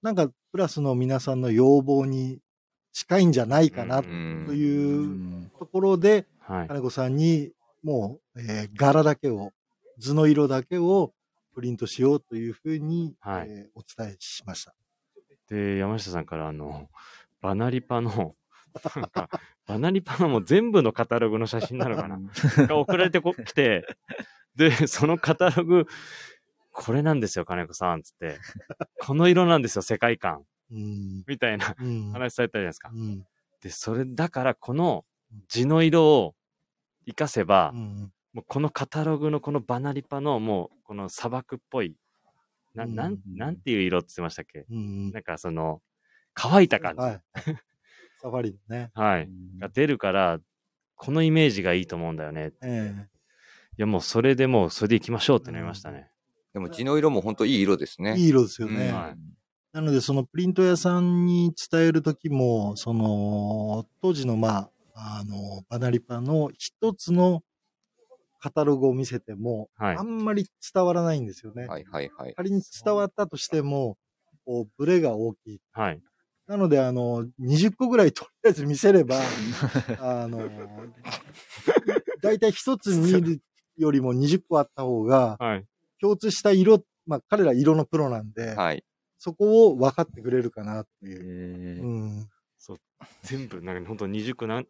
S4: なんかプラスの皆さんの要望に近いんじゃないかな
S2: う
S4: と
S2: ん
S1: うん
S4: い ううんところで、
S2: はい。
S4: 金子さんにもう、えー柄だけを、図の色だけをプリントしようというふうに、
S2: はい
S4: えーお伝えしました。
S2: で、山下さんから、あの、バナリパの、なんか、バナリパのもう全部のカタログの写真なのか なが送られてこ来て、で、そのカタログ、これなんですよ、金子さん、つって。この色なんですよ、世界観。
S4: うん
S2: みたいな
S4: うん
S2: 話されたじゃないですか
S4: う。ん
S2: で、それだから、この字の色を活かせば
S4: う、ん
S2: もうこのカタログのこのバナリパの、もう、この砂漠っぽい、な、なん、なんていう色って言ってましたっけ
S4: うん
S2: なんか、その、乾いた感じ。
S4: はい。サファリのね。
S2: はい。が出るから、このイメージがいいと思うんだよね。い
S4: え
S2: や、もうそれでもう、それでいきましょうってなりましたね。
S1: でも字の色も本当いい色です
S4: え
S1: ね。
S4: いい色ですよね。
S1: うん
S2: はい
S4: なので、そのプリント屋さんに伝えるときも、その、当時の、まあ、あの、バナリパの一つのカタログを見せても、
S2: はい
S4: あ。んまり伝わらないんですよね。
S1: はいはいはい。
S4: 仮に伝わったとしても、こう、ブレが大きい。
S2: はい。
S4: なので、あの、20個ぐらいとりあえず見せれば、あの、だいたい一つによりも20個あった方が、
S2: はい。
S4: 共通した色、まあ彼ら色のプロなんで、
S1: はい。
S4: そこを分かってくれるかなって
S3: え
S4: いう。
S3: ー
S4: うん。
S2: 全部、なんか本当二20個なん、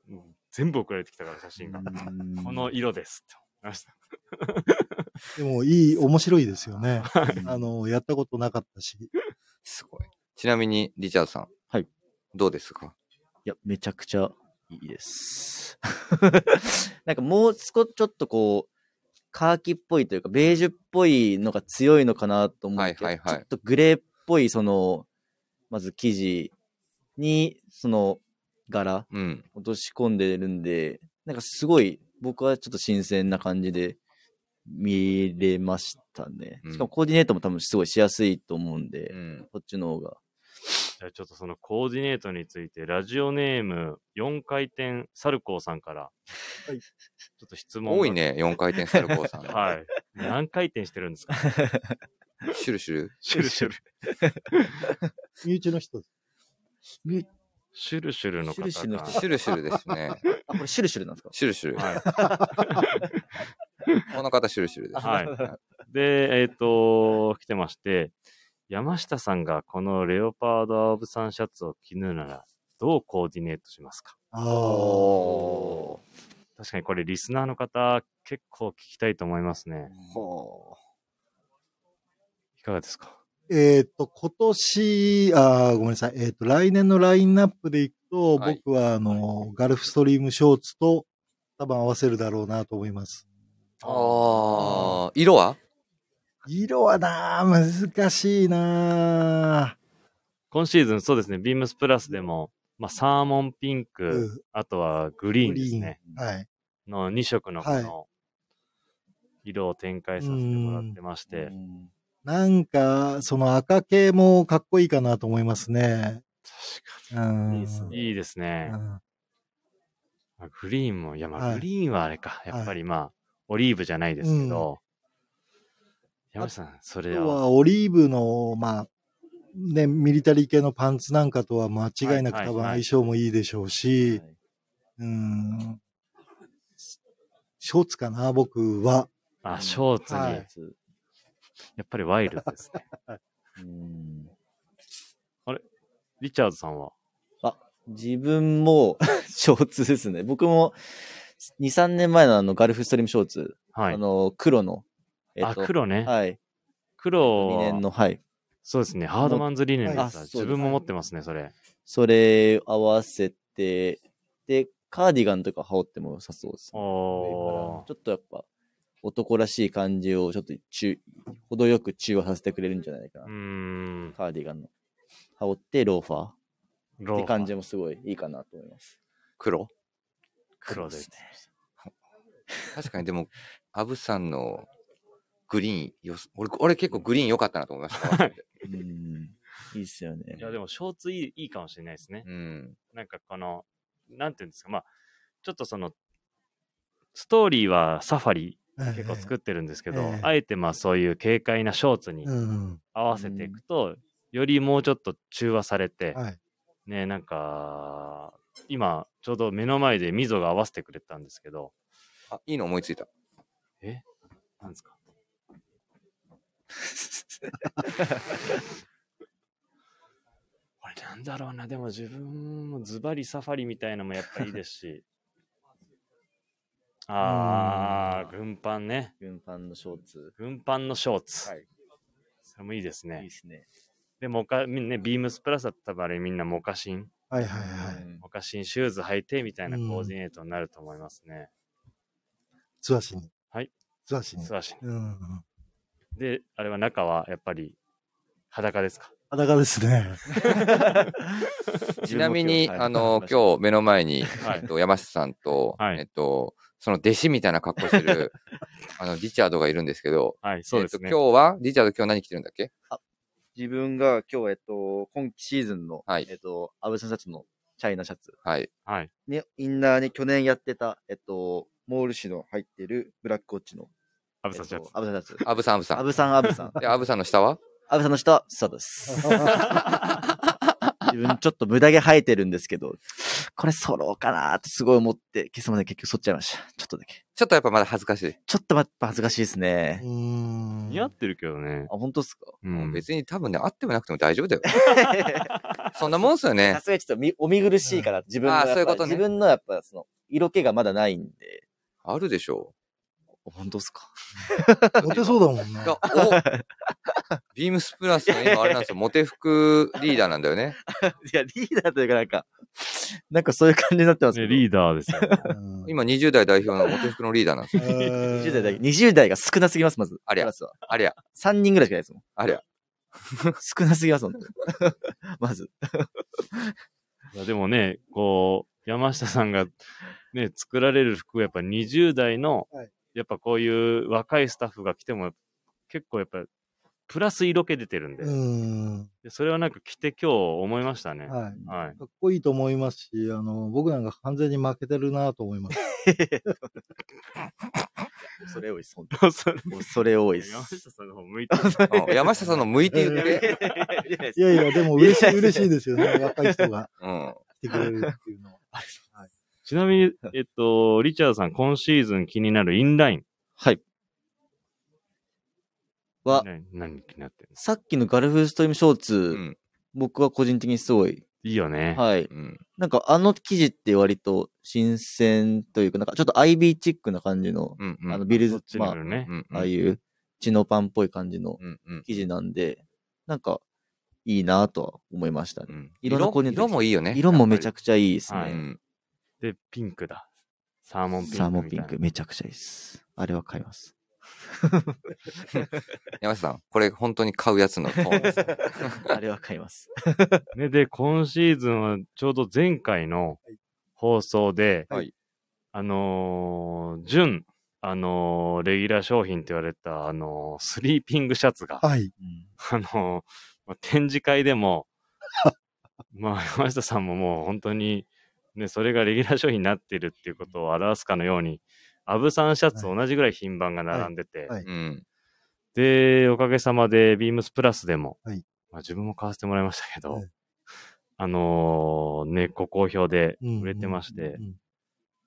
S2: 全部送られてきたから、写真が。
S3: うん
S2: この色ですって思いました。
S4: でもいい、面白いですよね。あの、やったことなかったし。
S1: すごい。ちなみに、リチャードさん。
S3: はい。
S1: どうですか
S3: いや、めちゃくちゃいいです。 なんかもう少ちょっとこう、カーキっぽいというか、ベージュっぽいのが強いのかなと思って、
S1: はいはいはい
S3: ちょっとグレーっぽい、その、まず生地に、その、柄
S1: うん。
S3: 落とし込んでるんで、なんかすごい、僕はちょっと新鮮な感じで見れましたね。
S1: うん
S3: しかもコーディネートも多分すごいしやすいと思うんで、
S1: うん。
S3: こっちの方が。
S2: じゃあちょっとそのコーディネートについて、ラジオネーム4回転サルコーさんから、
S4: はい
S2: ちょっと質問が
S1: 多い。ね、4回転サルコーさん。
S2: はい。何回転してるんですか
S1: シュルシュル。
S2: シュルシュル。
S4: 身内の人です。
S2: シュルシュルの方
S3: シュルシュルの
S2: か
S3: 人
S1: シュルシュルですね。
S3: あ、これシュルシュルなんですか
S1: シュルシュル。
S2: はい。
S1: この方、シュルシュルです。
S2: はい。 で、えっ、と、来てまして、山下さんがこのレオパード・アブさんシャツを着るなら、どうコーディネートしますか
S4: あー
S1: おー
S2: 確かにこれリスナーの方、結構聞きたいと思いますね。
S1: ほ
S2: いかがですか
S4: えっ、と、今年、あーごめんなさい。えっ、と、来年のラインナップでいくと、
S1: はい
S4: 僕は、あの、ガルフストリームショーツと、多分合わせるだろうなと思います。
S1: ーああ、色は
S4: 色はなー、難しいな
S2: 今シーズン、そうですね、ビームスプラスでも、まあ、サーモンピンク、
S4: ー。うん
S2: あとはグリーンですね。
S4: グリーンはい。
S2: の2色のこ
S4: はい
S2: の色を展開させてもらってまして、
S4: なんか、その赤系もかっこいいかなと思いますね。確か
S2: いい
S4: に。うん。
S2: ですねいいですね
S4: う。ん
S2: まあグリーンも、いやま
S4: は
S2: あ
S4: い
S2: グリーンはあれか、やっぱりまあ、オリーブじゃないですけど、山下さん、そ
S4: あ
S2: れ
S4: とは、
S2: は、
S4: オリーブの、まあ、ね、ミリタリー系のパンツなんかとは間違いなく
S2: はいはい
S4: 多分
S2: はい
S4: 相性もいいでしょうし、うん。ショーツかな、僕は。
S2: あ、ショーツに、
S4: はい
S2: やっぱりワイルドですね。
S3: うん
S2: リチャードさんは、
S3: 自分も ショーツですね。僕も2、3年前のあのガルフストリームショーツ、
S2: はい。
S3: あ
S2: あ、
S3: の黒の、え
S2: 黒ね。
S3: はい、2年
S2: 黒、
S3: の、はい、
S2: そうですね、ハードマンズリネンです
S3: あそうです
S2: 自分も持ってますね、それ。
S3: それ合わせて、で、カーディガンとか羽織っても良さそうですね。
S2: おー
S3: ちょっとやっぱ男らしい感じをちょっと中程よく中和させてくれるんじゃないかな。
S2: うーん、
S3: カーディガンの羽織ってローファー
S2: ロ
S3: っ
S2: ーフ
S3: て
S2: ァ
S3: 感じもすごいいいかなと思います。
S1: 黒
S2: 黒ですね。
S1: 確かにでも、アブさんのグリーンよす、俺、俺結構グリーン良かったなと思いました。
S3: うんいいっすよね
S2: い。や、でも、ショーツいいいいかもしれないですね。
S1: うん。
S2: なんかこの、なんていうんですか、まあ、ちょっとその、ストーリーはサファリ結構作ってるんですけど、
S4: ええ
S2: あえてまあそういう軽快なショーツに
S4: うん。
S2: 合わせていくと、よりもうちょっと中和されて、
S4: はい。
S2: ね、なんか、今、ちょうど目の前で溝が合わせてくれたんですけど、
S1: あ、いいの思いついた。
S2: なんですか これなんだろうな、でも自分もズバリサファリみたいのもやっぱいいですし。あー、軍パンね。
S3: 軍パンのショーツ。
S2: 軍パンのショーツ。
S3: はい
S2: それもいいです
S3: いい
S2: ね
S3: っ。すね。
S2: で、モカ、みんなね、ビームスプラスだったらあれみんなモカシン、
S4: はいはいはい。
S3: うん
S2: モカシンシューズ履いてみたいな
S4: うん
S2: コーディネートになると思いますね。
S4: 素足に。
S2: はい。
S4: 素足に。
S2: 素足に。
S4: うん。
S2: で、あれは中はやっぱり裸ですか
S4: 裸ですね。
S1: ちなみに、
S3: はい
S1: あの、今日目の前に、
S2: はい
S1: えっと、山下さんと、
S2: はい
S1: えっと、その弟子みたいな格好してる、あの、リチャードがいるんですけど、
S2: はい、そうですね。
S1: えっと、今日は、リチャード今日何着てるんだっけ
S3: 自分が今日、えっと、今季シーズンの、
S1: はい
S3: えっと、アブサンシャツのチャイナシャツ。
S1: はい。
S2: はい。
S3: ね、インナーに去年やってた、えっと、モール紙の入ってるブラックウォッチの。
S2: アブサシャツ。
S3: えっとアブサンシャツ。
S1: アブさん、アブさ
S3: ア
S1: ん。
S3: ブさん、アブさん。
S1: で、アブさんの下は
S3: アブさんの人は、スタートです。自分ちょっと無駄毛生えてるんですけど、これ揃ろうかなーってすごい思って、今朝まで結局剃っちゃいました。ちょっとだけ。
S1: ちょっとやっぱまだ恥ずかしい。
S3: ちょっとやっぱ恥ずかしいですね。
S4: うん。
S2: 似合ってるけどね。
S3: あ、本当っす か
S2: うん
S1: もう別に多分ね、あってもなくても大丈夫だよ。そんなもんっすよ ね
S3: さ。すがにちょっとみお見苦しいから、自分のやっぱ
S1: あーそういうことね
S3: 自分のやっぱその、色気がまだないんで。
S1: あるでしょ
S3: 本当っすか
S4: モテそうだもんね
S1: う。い。や、おビームスプラスの今あれなんですよ、モテ服リーダーなんだよね。
S3: いや、リーダーというかなんか、なんかそういう感じになってますけ
S2: ね、
S3: ど。
S2: リーダーですよね。
S4: うん
S1: 今20代代表のモテ服のリーダーなんですよ。
S3: 20
S4: 20
S3: 代だけ、20代が少なすぎます、まず。
S1: ありゃ
S3: プラスは。
S1: ありゃ、
S3: 3人ぐらいしかないですも ん。
S1: ありゃ。
S3: 少なすぎます、本当に まず。
S2: いやでもね、こう、山下さんがね、作られる服はやっぱ20代の、
S4: はい
S2: やっぱこういう若いスタッフが来ても、結構やっぱ、プラス色気出てるんで、
S4: うん。
S2: でそれはなんか着て今日思いましたね。は
S4: はい。
S2: い。
S4: かっこいいと思いますし、あの、僕なんか完全に負けてるなと思います。
S3: 恐れ多いです、本当
S2: それ
S3: に。恐れ多いで
S2: 山
S3: す。
S2: 下さんの方向い てる。
S1: うん山下さんの向いて言って。
S4: いやいや、でも嬉しい、嬉しいですよね。若い人が
S1: うん。
S4: 来てくれるっていうのは。
S2: ちなみに、えっと、リチャードさん、今シーズン気になるインライン。
S3: はい。は、
S2: 何何気になってる
S3: さっきのガルフストリームショーツ、
S1: うん。
S3: 僕は個人的にすごい、
S2: いいよね。
S3: はい。
S1: うん。
S3: なんかあの記事って割と新鮮というか、なんかちょっと IB チックな感じの、
S1: うん。うん
S3: あのビル
S2: そっ
S3: ズ、
S2: ちに
S3: ま
S2: な
S3: あ、
S2: るね
S1: う。ん。
S3: ああいうチノパンっぽい感じの
S1: うん。うん。
S3: 記事なんで、なんかいいなとは思いました
S1: う
S3: ね。
S1: ん
S3: いろんなコーディネート
S1: 色もいいよね。
S3: 色もめちゃ
S1: ち
S3: くちゃいいです
S1: ゃ
S2: ゃ
S1: う
S2: はい
S3: ね。
S1: ん。
S2: で、ピンクだ。サーモンピンクみたいな。
S3: サーモンピンク、めちゃくちゃいいです。あれは買います。
S1: 山下さん、これ本当に買うやつのトーンですね。
S3: あれは買います。
S2: ね、で、今シーズンはちょうど前回の放送で、
S1: はい
S2: あのー、準、あのーレギュラー商品って言われた、あのースリーピングシャツが、あ
S4: はい。
S3: うん
S2: のーまあ展示会でも、まあ、山下さんももう本当に、ね、それがレギュラー商品になっているっていうことを表すかのように、アブさんシャツと同じぐらい品番が並んでて、
S4: はいはい
S1: うん。
S2: で、おかげさまで、ビームスプラスでも、
S4: はい
S2: まあ、自分も買わせてもらいましたけど、
S4: はい
S2: あのーね、ご好評で売れてまして、
S4: うんうんうん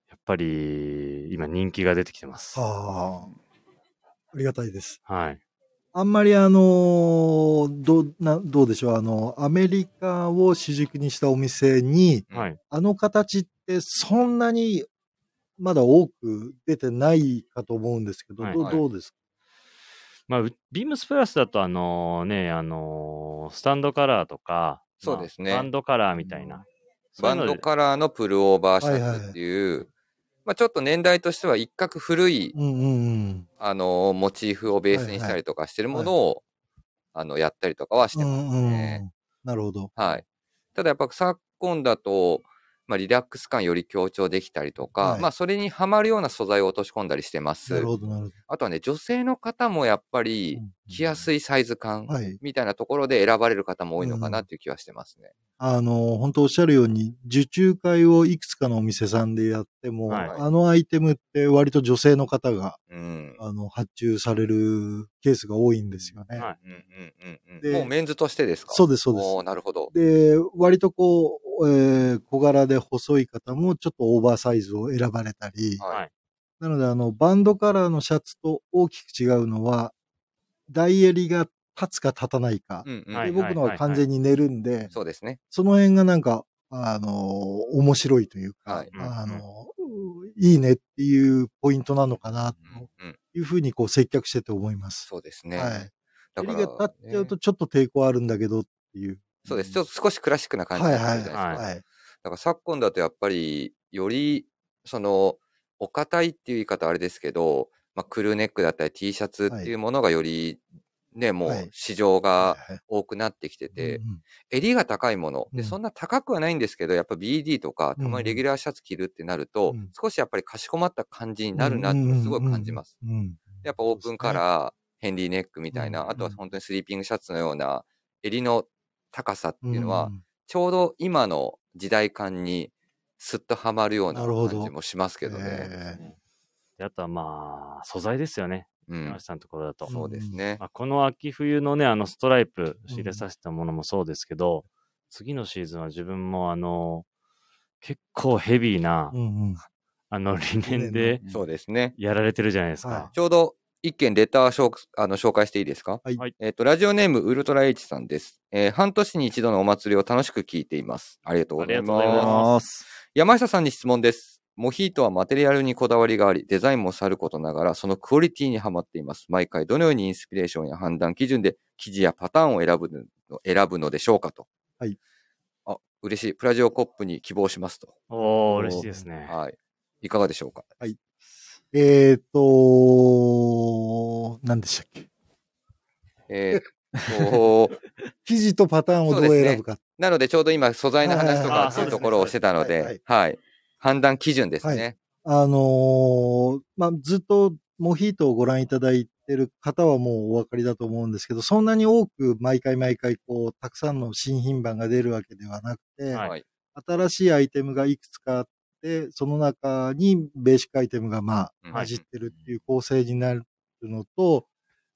S2: やっぱり、今人気が出てきてます。は
S4: ああ。ありがたいです。
S2: い。
S4: あんまりあのーどうな、どうでしょう、あの、アメリカを主軸にしたお店に、
S1: うん
S2: はい。
S4: あの形ってそんなにまだ多く出てないかと思うんですけど、
S2: はい
S4: どう
S1: はい
S4: どうですか
S2: まあ、うビームスプラスだと、あのーね、あのースタンドカラーとか、
S1: そうですね
S2: まあバンドカラーみたいな。そう
S1: バ
S2: いうの
S1: ン
S2: で
S1: ドカラーのプルオーバーシャツっていう、まあちょっと年代としては一角古い、
S4: うんうんうん。
S1: あのー、モチーフをベースにしたりとかしてるものを、あの、やったりとかはして
S4: う
S1: ます
S4: んうん
S1: ね。
S4: なるほど。
S1: はい。ただやっぱ昨今だと、まあリラックス感より強調できたりとか
S4: は、い
S1: まあそれにはまるような素材を落とし込んだりしてま
S4: な
S1: す
S4: る。ほど、なるほど。
S1: あとはね、女性の方もやっぱり
S4: うん
S1: 着やすいサイズ感
S4: はい。
S1: みたいなところで選ばれる方も多いのかなっていう気はしてますね。
S4: あのー、本当おっしゃるように、受注会をいくつかのお店さんでやっても、
S2: はい
S4: あのアイテムって割と女性の方が、
S1: うん。
S4: あの、発注されるケースが多いんですよね。
S2: はい
S1: うんうんうんうん。
S4: で
S1: もうメンズとしてですか
S4: そう
S1: う
S4: です、そうです。
S1: なるほど。
S4: で、割とこう、えー小柄で細い方もちょっとオーバーサイズを選ばれたり、
S1: は
S2: はいい。
S4: なのであの、バンドカラーのシャツと大きく違うのは、大襟が立つか立たないか。
S1: うんうん
S2: は
S4: で
S2: い
S4: 僕のは完全に寝るんで、
S1: そうですね。
S4: その辺がなんか、あのー、面白いというか、
S1: はい
S4: あ
S2: うん
S4: のー、いいねっていうポイントなのかな、と
S1: うんうん、
S4: いうふうにこう接客してて思います。
S1: そうですね。
S4: はい。
S1: だ
S4: 襟
S1: か
S4: が
S1: ら、
S4: 立っちゃうと
S1: ね
S4: ちょっと抵抗あるんだけどっていう。
S1: そうです。ちょっと少しクラシックな感じ
S4: は
S1: に
S4: い
S1: なっ
S4: はい
S1: てるじゃないですか。
S4: はい。
S1: だから昨今だとやっぱり、より、その、お堅いっていう言い方はあれですけど、まあ、クルーネックだったり T シャツっていうものがより、ね、も
S4: は
S1: う
S4: い
S1: 市場
S4: は
S1: が
S4: いはい
S1: 多くなってきてて
S4: う、んうん
S1: 襟が高いもの。で、
S4: うん
S1: そんな高くはないんですけど、やっぱ BD とか、たまにレギュラーシャツ着るってなると、
S4: うん
S1: 少しやっぱりかしこまった感じになるなっていうのをすごい感じます。。
S4: うんうんうん
S1: やっぱオープンカラー、ヘンリーネックみたいな、
S4: うん
S1: あとは本当にスリーピングシャツのような襟の高さって
S4: うん
S1: いうのは、、ちょうど今の時代感にすっとはまるような
S4: なるほ
S1: 感
S4: ど
S1: じもしますけどね。
S4: ええ
S2: であとはまあ、素材ですよね。
S1: う
S2: 山
S1: ん
S2: 下、さんのところだと。
S1: そうですね。
S2: まあ、この秋冬のね、あのストライプ仕入
S4: う
S2: れ
S4: ん
S2: させたものもそうですけど、次のシーズンは自分もあの、結構ヘビーな、
S4: うんうん
S2: あの理
S4: 念の
S2: 念で
S3: うん
S1: そうですね。
S2: やられてるじゃないですか。
S4: は
S1: ちょうど一件レター紹あの紹介していいですか
S4: はい
S2: はい
S1: えっ、と、ラジオネームウルトラエイチさんです。えー半年に一度のお祭りを楽しく聞いています。ありがとうござい
S2: ありがとうござい
S1: ます。
S2: ま
S1: 山下さんに質問です。モヒートはマテリアルにこだわりがあり、デザインもさることながら、そのクオリティにはまっています。毎回どのようにインスピレーションや判断基準で記事やパターンを選ぶの選ぶのでしょうかと。
S4: はい。
S1: あ、嬉しい。プラジオコップに希望しますと。
S2: おー、嬉しいですね。
S1: はい。いかがでしょうか
S4: えっと、何でしたっけ
S1: えー、っと、
S4: 生地とパターンをどう選ぶか。
S1: なのでちょうど今素材の話と
S2: はい
S1: か
S2: あー
S1: って
S2: そう
S1: いう
S2: で
S1: と
S2: すね
S1: ころをしてたの
S4: はい
S1: で、はい。判断基準ですね。
S4: あのーまあ、ずっとモヒートをご覧いただいてる方はもうお分かりだと思うんですけど、そんなに多く毎回毎回こう、たくさんの新品版が出るわけではなくて、
S2: はい
S1: はい。
S4: 新しいアイテムがいくつかあって、その中にベーシックアイテムがまあ、
S1: うん
S4: 混じってるっていう構成になるのと、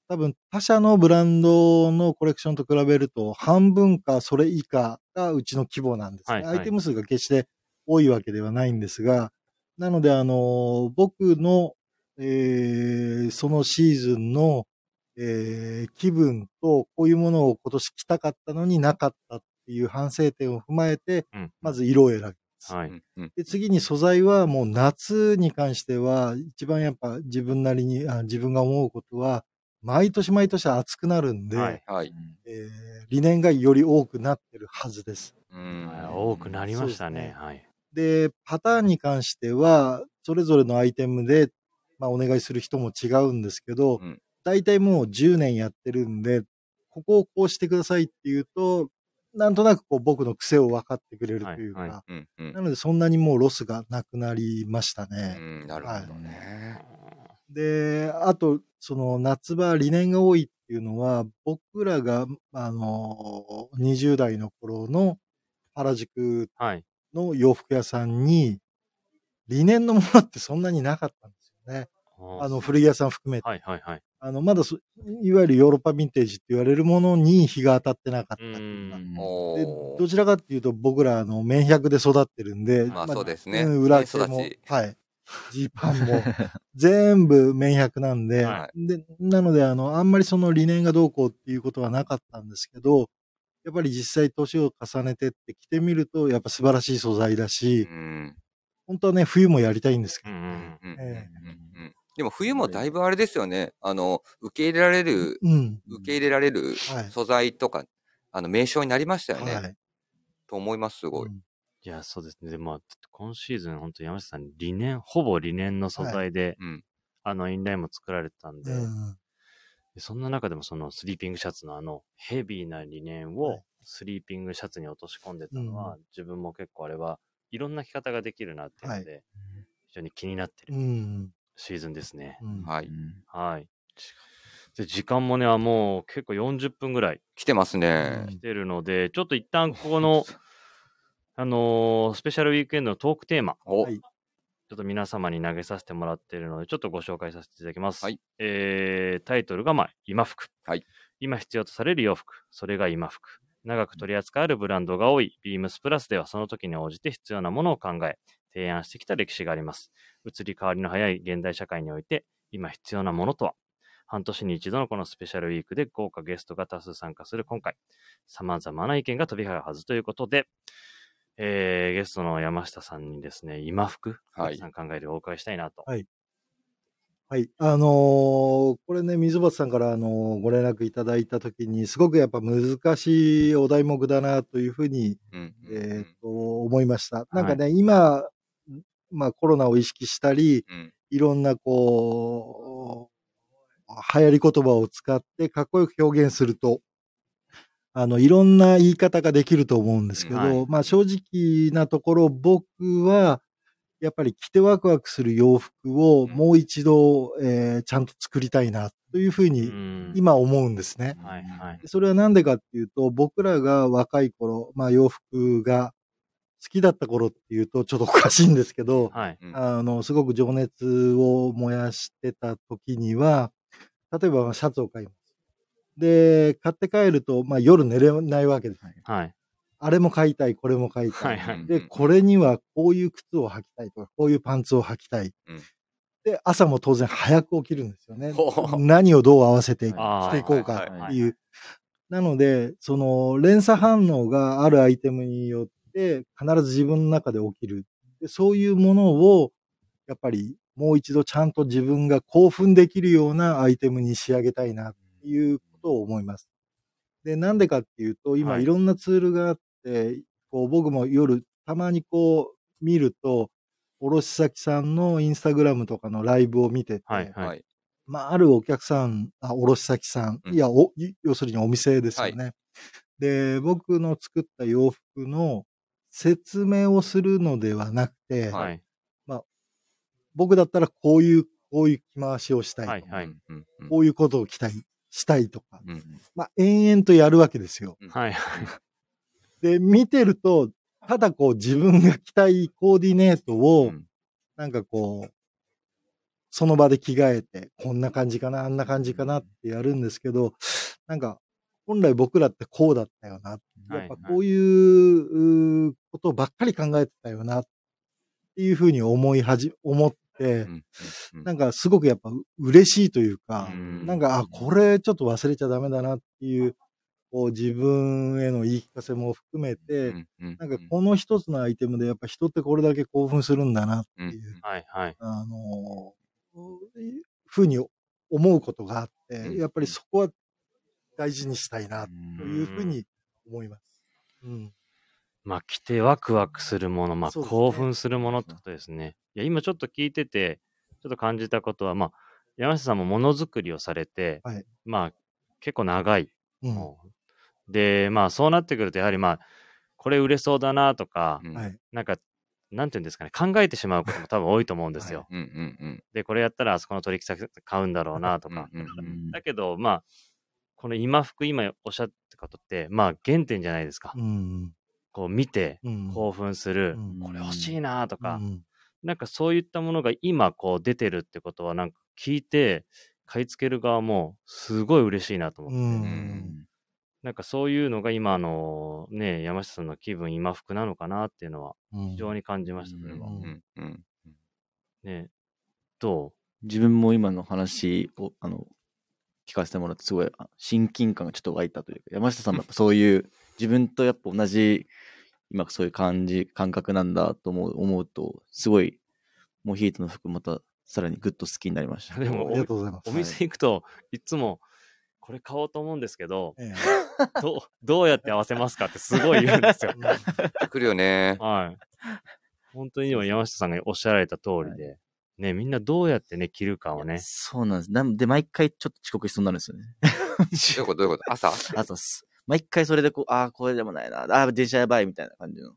S4: 多分他社のブランドのコレクションと比べると、半分かそれ以下がうちの規模なんですね。
S2: はいはい
S4: アイテム数が決して多いわけではないんですが、なので、あの、僕の、えーそのシーズンの、えー気分とこういうものを今年着たかったのになかったっていう反省点を踏まえて、
S2: うん
S4: まず色を選ぶ。
S2: は
S1: う
S2: い。
S1: んうん
S4: で、次に素材はもう夏に関しては、一番やっぱ自分なりに、あ自分が思うことは、毎年毎年暑くなるんで、
S2: はい
S1: はい。
S4: えー理念がより多くなってるはずです。
S1: うん
S2: はい多くなりましたね。
S4: そ
S2: はい。
S4: で、パターンに関しては、それぞれのアイテムで、まあ、お願いする人も違うんですけど、
S1: うん
S4: 大体もう10年やってるんで、ここをこうしてくださいっていうと、なんとなくこう僕の癖を分かってくれるというか、
S2: はいは
S1: うんうん
S4: なのでそんなにもうロスがなくなりました
S1: う
S4: ね。
S1: んなるほどね。
S4: で、あと、その夏場、理念が多いっていうのは、僕らが、あの、20代の頃の原宿
S2: はい。
S4: の洋服屋さんに、理念のものってそんなになかったんですよね。あの、古着屋さん含めて。
S2: はいはいはい。
S4: あの、まだそ、いわゆるヨーロッパヴィンテージって言われるものに日が当たってなかった
S2: う
S4: っていうか。
S2: ん。
S4: で
S1: お
S4: ど
S1: ー
S4: ちらかっていうと、僕ら、あの、綿100で育ってるんで、
S1: まあそうですね
S4: うん裏手も
S1: ね育ち、
S4: はい。ジーパンも、全部綿100なんで、
S2: は
S4: で、なので、あの、あんまりその理念がどうこうっていうことはなかったんですけど、やっぱり実際年を重ねてって着てみると、やっぱ素晴らしい素材だし、
S1: うん
S4: 本当はね、冬もやりたいんですけ
S2: う
S4: ど、
S2: ん。
S1: うんうん
S4: え
S1: うんうんでも冬もだいぶあれですよね。あの、受け入れられる、
S4: うん。
S1: 受け入れられる
S4: はい
S1: 素材とか、あの、名称になりましたよ
S4: は
S1: ね。
S4: い。
S1: と思います、すごい。
S2: いや、そうですね。でまあ、今シーズン、本当山下さん、理念、ほぼ理念の素材で、
S1: うん
S2: あの、インラインも作られてたんで、
S4: うん。
S2: でそんな中でもそのスリーピングシャツのあのヘビーな理念
S4: は
S2: を
S4: い
S2: スリーピングシャツに落とし込んでたのは、自分も結構あれはいろんな着方ができるなっていうので、非常に気になって
S4: う
S2: る
S4: ん。
S2: シーズンですね。
S4: うん
S1: はい。
S2: はい。で、時間もね、あもう結構40分ぐらい
S1: 来てますね。
S2: 来てるので、ちょっと一旦ここ の、あのースペシャルウィークエンドのトークテーマ、
S1: お
S4: はい
S2: ちょっと皆様に投げさせてもらっているので、ちょっとご紹介させていただきます。
S1: はい
S2: えータイトルが、まあ、今服、
S1: はい
S2: 今必要とされる洋服、それが今服。長く取り扱えるブランドが多い、ビームスプラスではその時に応じて必要なものを考え、提案してきた歴史があります。移り変わりの早い現代社会において、今必要なものとは半年に一度のこのスペシャルウィークで豪華ゲストが多数参加する今回、様々な意見が飛び交うはずということで、えーゲストの山下さんにですね、今服、
S1: はい
S2: 皆さん考えでお伺いしたいなと。
S4: はい。あのーこれね、水端さんから、あのーご連絡いただいたときに、すごくやっぱ難しいお題目だな、というふうに、
S1: うんうんうん
S4: えーっと、思いました。なんかね、今、まあコロナを意識したり、
S1: うん
S4: いろんなこう、流行り言葉を使ってかっこよく表現すると、あの、いろんな言い方ができると思うんですけど、
S2: はい
S4: まあ正直なところ僕は、やっぱり着てワクワクする洋服を
S1: うん
S4: もう一度、えーちゃんと作りたいな、というふう
S2: う
S4: に
S2: ん
S4: 今思うんですね。
S2: はいはい。
S4: それはなんでかっていうと、僕らが若い頃、まあ洋服が好きだった頃っていうとちょっとおかしいんですけど、
S2: はい。
S1: うん
S4: あの、すごく情熱を燃やしてた時には、例えばシャツを買います。で、買って帰ると、まあ夜寝れないわけです。
S2: はい。
S4: あれも買いたい、これも買いた。
S2: はいい。はい。
S4: で、これにはこういう靴を履きたいとか、こういうパンツを履きたい。
S1: うん
S4: で、朝も当然早く起きるんですよね。
S1: ほう
S4: 何をどう合わせて
S2: あー
S4: 着ていこうか
S1: はい
S4: っていう。なので、その連鎖反応があるアイテムによって必ず自分の中で起きる。でそういうものを、やっぱりもう一度ちゃんと自分が興奮できるようなアイテムに仕上げたいなっていうことを思います。で、なんでかっていうと、今
S2: はい
S4: いろんなツールがあって、こう僕も夜たまにこう見ると、卸先さんのインスタグラムとかのライブを見てて、
S2: はい。
S1: は
S2: はいい。。
S4: まあ、あるお客さん、あ、卸先さん、
S1: うん
S4: いや、お、い要するにお店ですよね。で、僕の作った洋服の説明をするのではなくて、
S1: はい
S2: はい。
S4: 僕だったらこういう、こういう着回しをしたいとか、
S2: は
S1: う
S2: い。はい。
S1: んうんうん
S4: こういうことを着たい、したいとか、
S1: うん
S4: まあ、延々とやるわけですよ。
S2: はい。
S4: で、見てると、ただこう自分が着たいコーディネートを、
S1: うん
S4: なんかこう、その場で着替えて、こんな感じかな、あんな感じかなってやるんですけど、なんか、本来僕らってこうだったよな。やっぱこういううーことばっかり考えてたよな、っていうふうに思いはじ、思って
S1: う、んうん
S4: なんかすごくやっぱ嬉しいというか
S1: う、ん
S4: なんか、あ、これちょっと忘れちゃダメだなっていう、こう自分への言い聞かせも含め
S1: う
S4: て、
S1: んうん
S4: なんかこの一つのアイテムでやっぱ人ってこれだけ興奮するんだなって
S1: うん
S4: いう、
S2: はいはい。
S4: あのーふうに思うことがあって、
S1: うん
S4: やっぱりそこは大事にしたいなと
S1: う
S4: いうふうに思います。うん。
S2: まあ、来てワクワクするもの、まあ、
S4: そうですね
S2: 興奮するものってことですね。いや、今ちょっと聞いてて、ちょっと感じたことは、まあ、山下さんもものづくりをされて、
S4: はい
S2: まあ、結構長い。
S4: うん。
S2: もうで、まあ、そうなってくると、やはりまあ、これ売れそうだなとか、
S1: ん
S4: はい。
S2: なんか、なんていうんですかね、考えてしまうことも多分多いと思うんですよ。
S1: うんうんうん
S2: で、これやったらあそこの取引先買うんだろうなと
S1: うん
S2: か、
S1: うんうん
S2: だけど、まあ、この今服、今おっしゃったことって、まあ、原点じゃないですか。
S4: うん。
S2: こう見て、
S4: うん。
S2: 興奮する、
S4: うん
S2: これ欲しいなとか、
S4: うん
S2: なんかそういったものが今こう出てるってことは、なんか聞いて、買い付ける側もすごい嬉しいなと思って、
S4: うん
S1: うん
S2: なんかそういうのが今あのね、山下さんの気分、今服なのかなっていうのは
S4: うん
S2: 非常に感じました、それ
S1: う
S2: は。
S1: んうん
S2: ね、ど
S3: 自分も今の話を、あの、聞かせてもらって、すごいあ親近感がちょっと湧いたというか、山下さんもやっぱそういう、自分とやっぱ同じ、今そういう感じ、感覚なんだと思う思うと、すごい、モヒートの服またさらにグッと好きになりました。
S2: うでも
S4: ありがとうございま
S2: お
S4: す。
S2: 店行くといつもこれ買おうと思うんですけど、
S4: ええ
S2: どうどうやって合わせますかってすごい言うんですよ。
S1: 来るよね。
S2: はい。 本当に今山下さんがおっしゃられた通りで、ね、みんなどうやってね、着るかをね。
S3: そうなんです。なんで、毎回ちょっと遅刻しそうになるんですよね。
S1: どういうことどういうこと朝
S3: あとす。毎回それでこう、ああ、これでもないな、ああ、電車やばいみたいな感じの、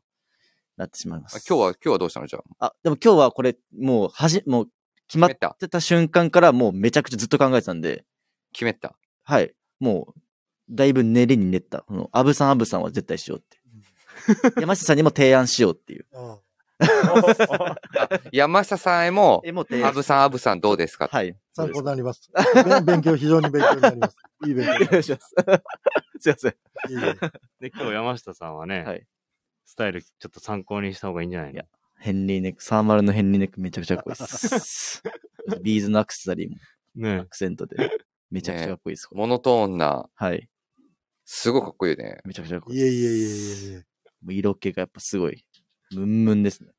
S3: なってしまいま
S1: あ
S3: す。
S1: 今日は、今日はどうしたのじゃあ。
S3: あ、でも今日はこれ、もう、はじ、もう、決まっ
S1: 決めた。
S3: てた瞬間からもうめちゃくちゃずっと考えてたんで、
S1: 決めた。
S3: はい。もう、だいぶ練りに練った。この、アブさんアブさんは絶対しよう って。山下さんにも提案しようっていう。
S4: あ
S1: 山下さんへも、
S3: え、もう提
S1: アブさん、アブさんどうですか
S3: はい。
S4: 参考になります。勉強、非常に勉強になり ます。いい勉強
S3: お
S4: にな
S3: 願い
S4: り
S3: します。 すいません。
S4: ます。いい勉強
S2: で、今日山下さんはね、
S3: はい
S2: スタイルちょっと参考にした方がいいんじゃない
S3: い
S2: の
S3: やヘンリーネック、サーマルのヘンリーネックめちゃくちゃかっこいい です。ビーズのアクセサリーもア
S2: ね。
S3: クセントで、めちゃくちゃかっこいいです。これ
S1: モノトーンな、
S3: はい。
S1: すごいかっこいいよね。
S3: めちゃくちゃかっこいい
S4: い
S3: で
S4: え
S3: す。
S4: いえいえいえいえ。
S3: もう色気がやっぱすごい、ムンムン ですね。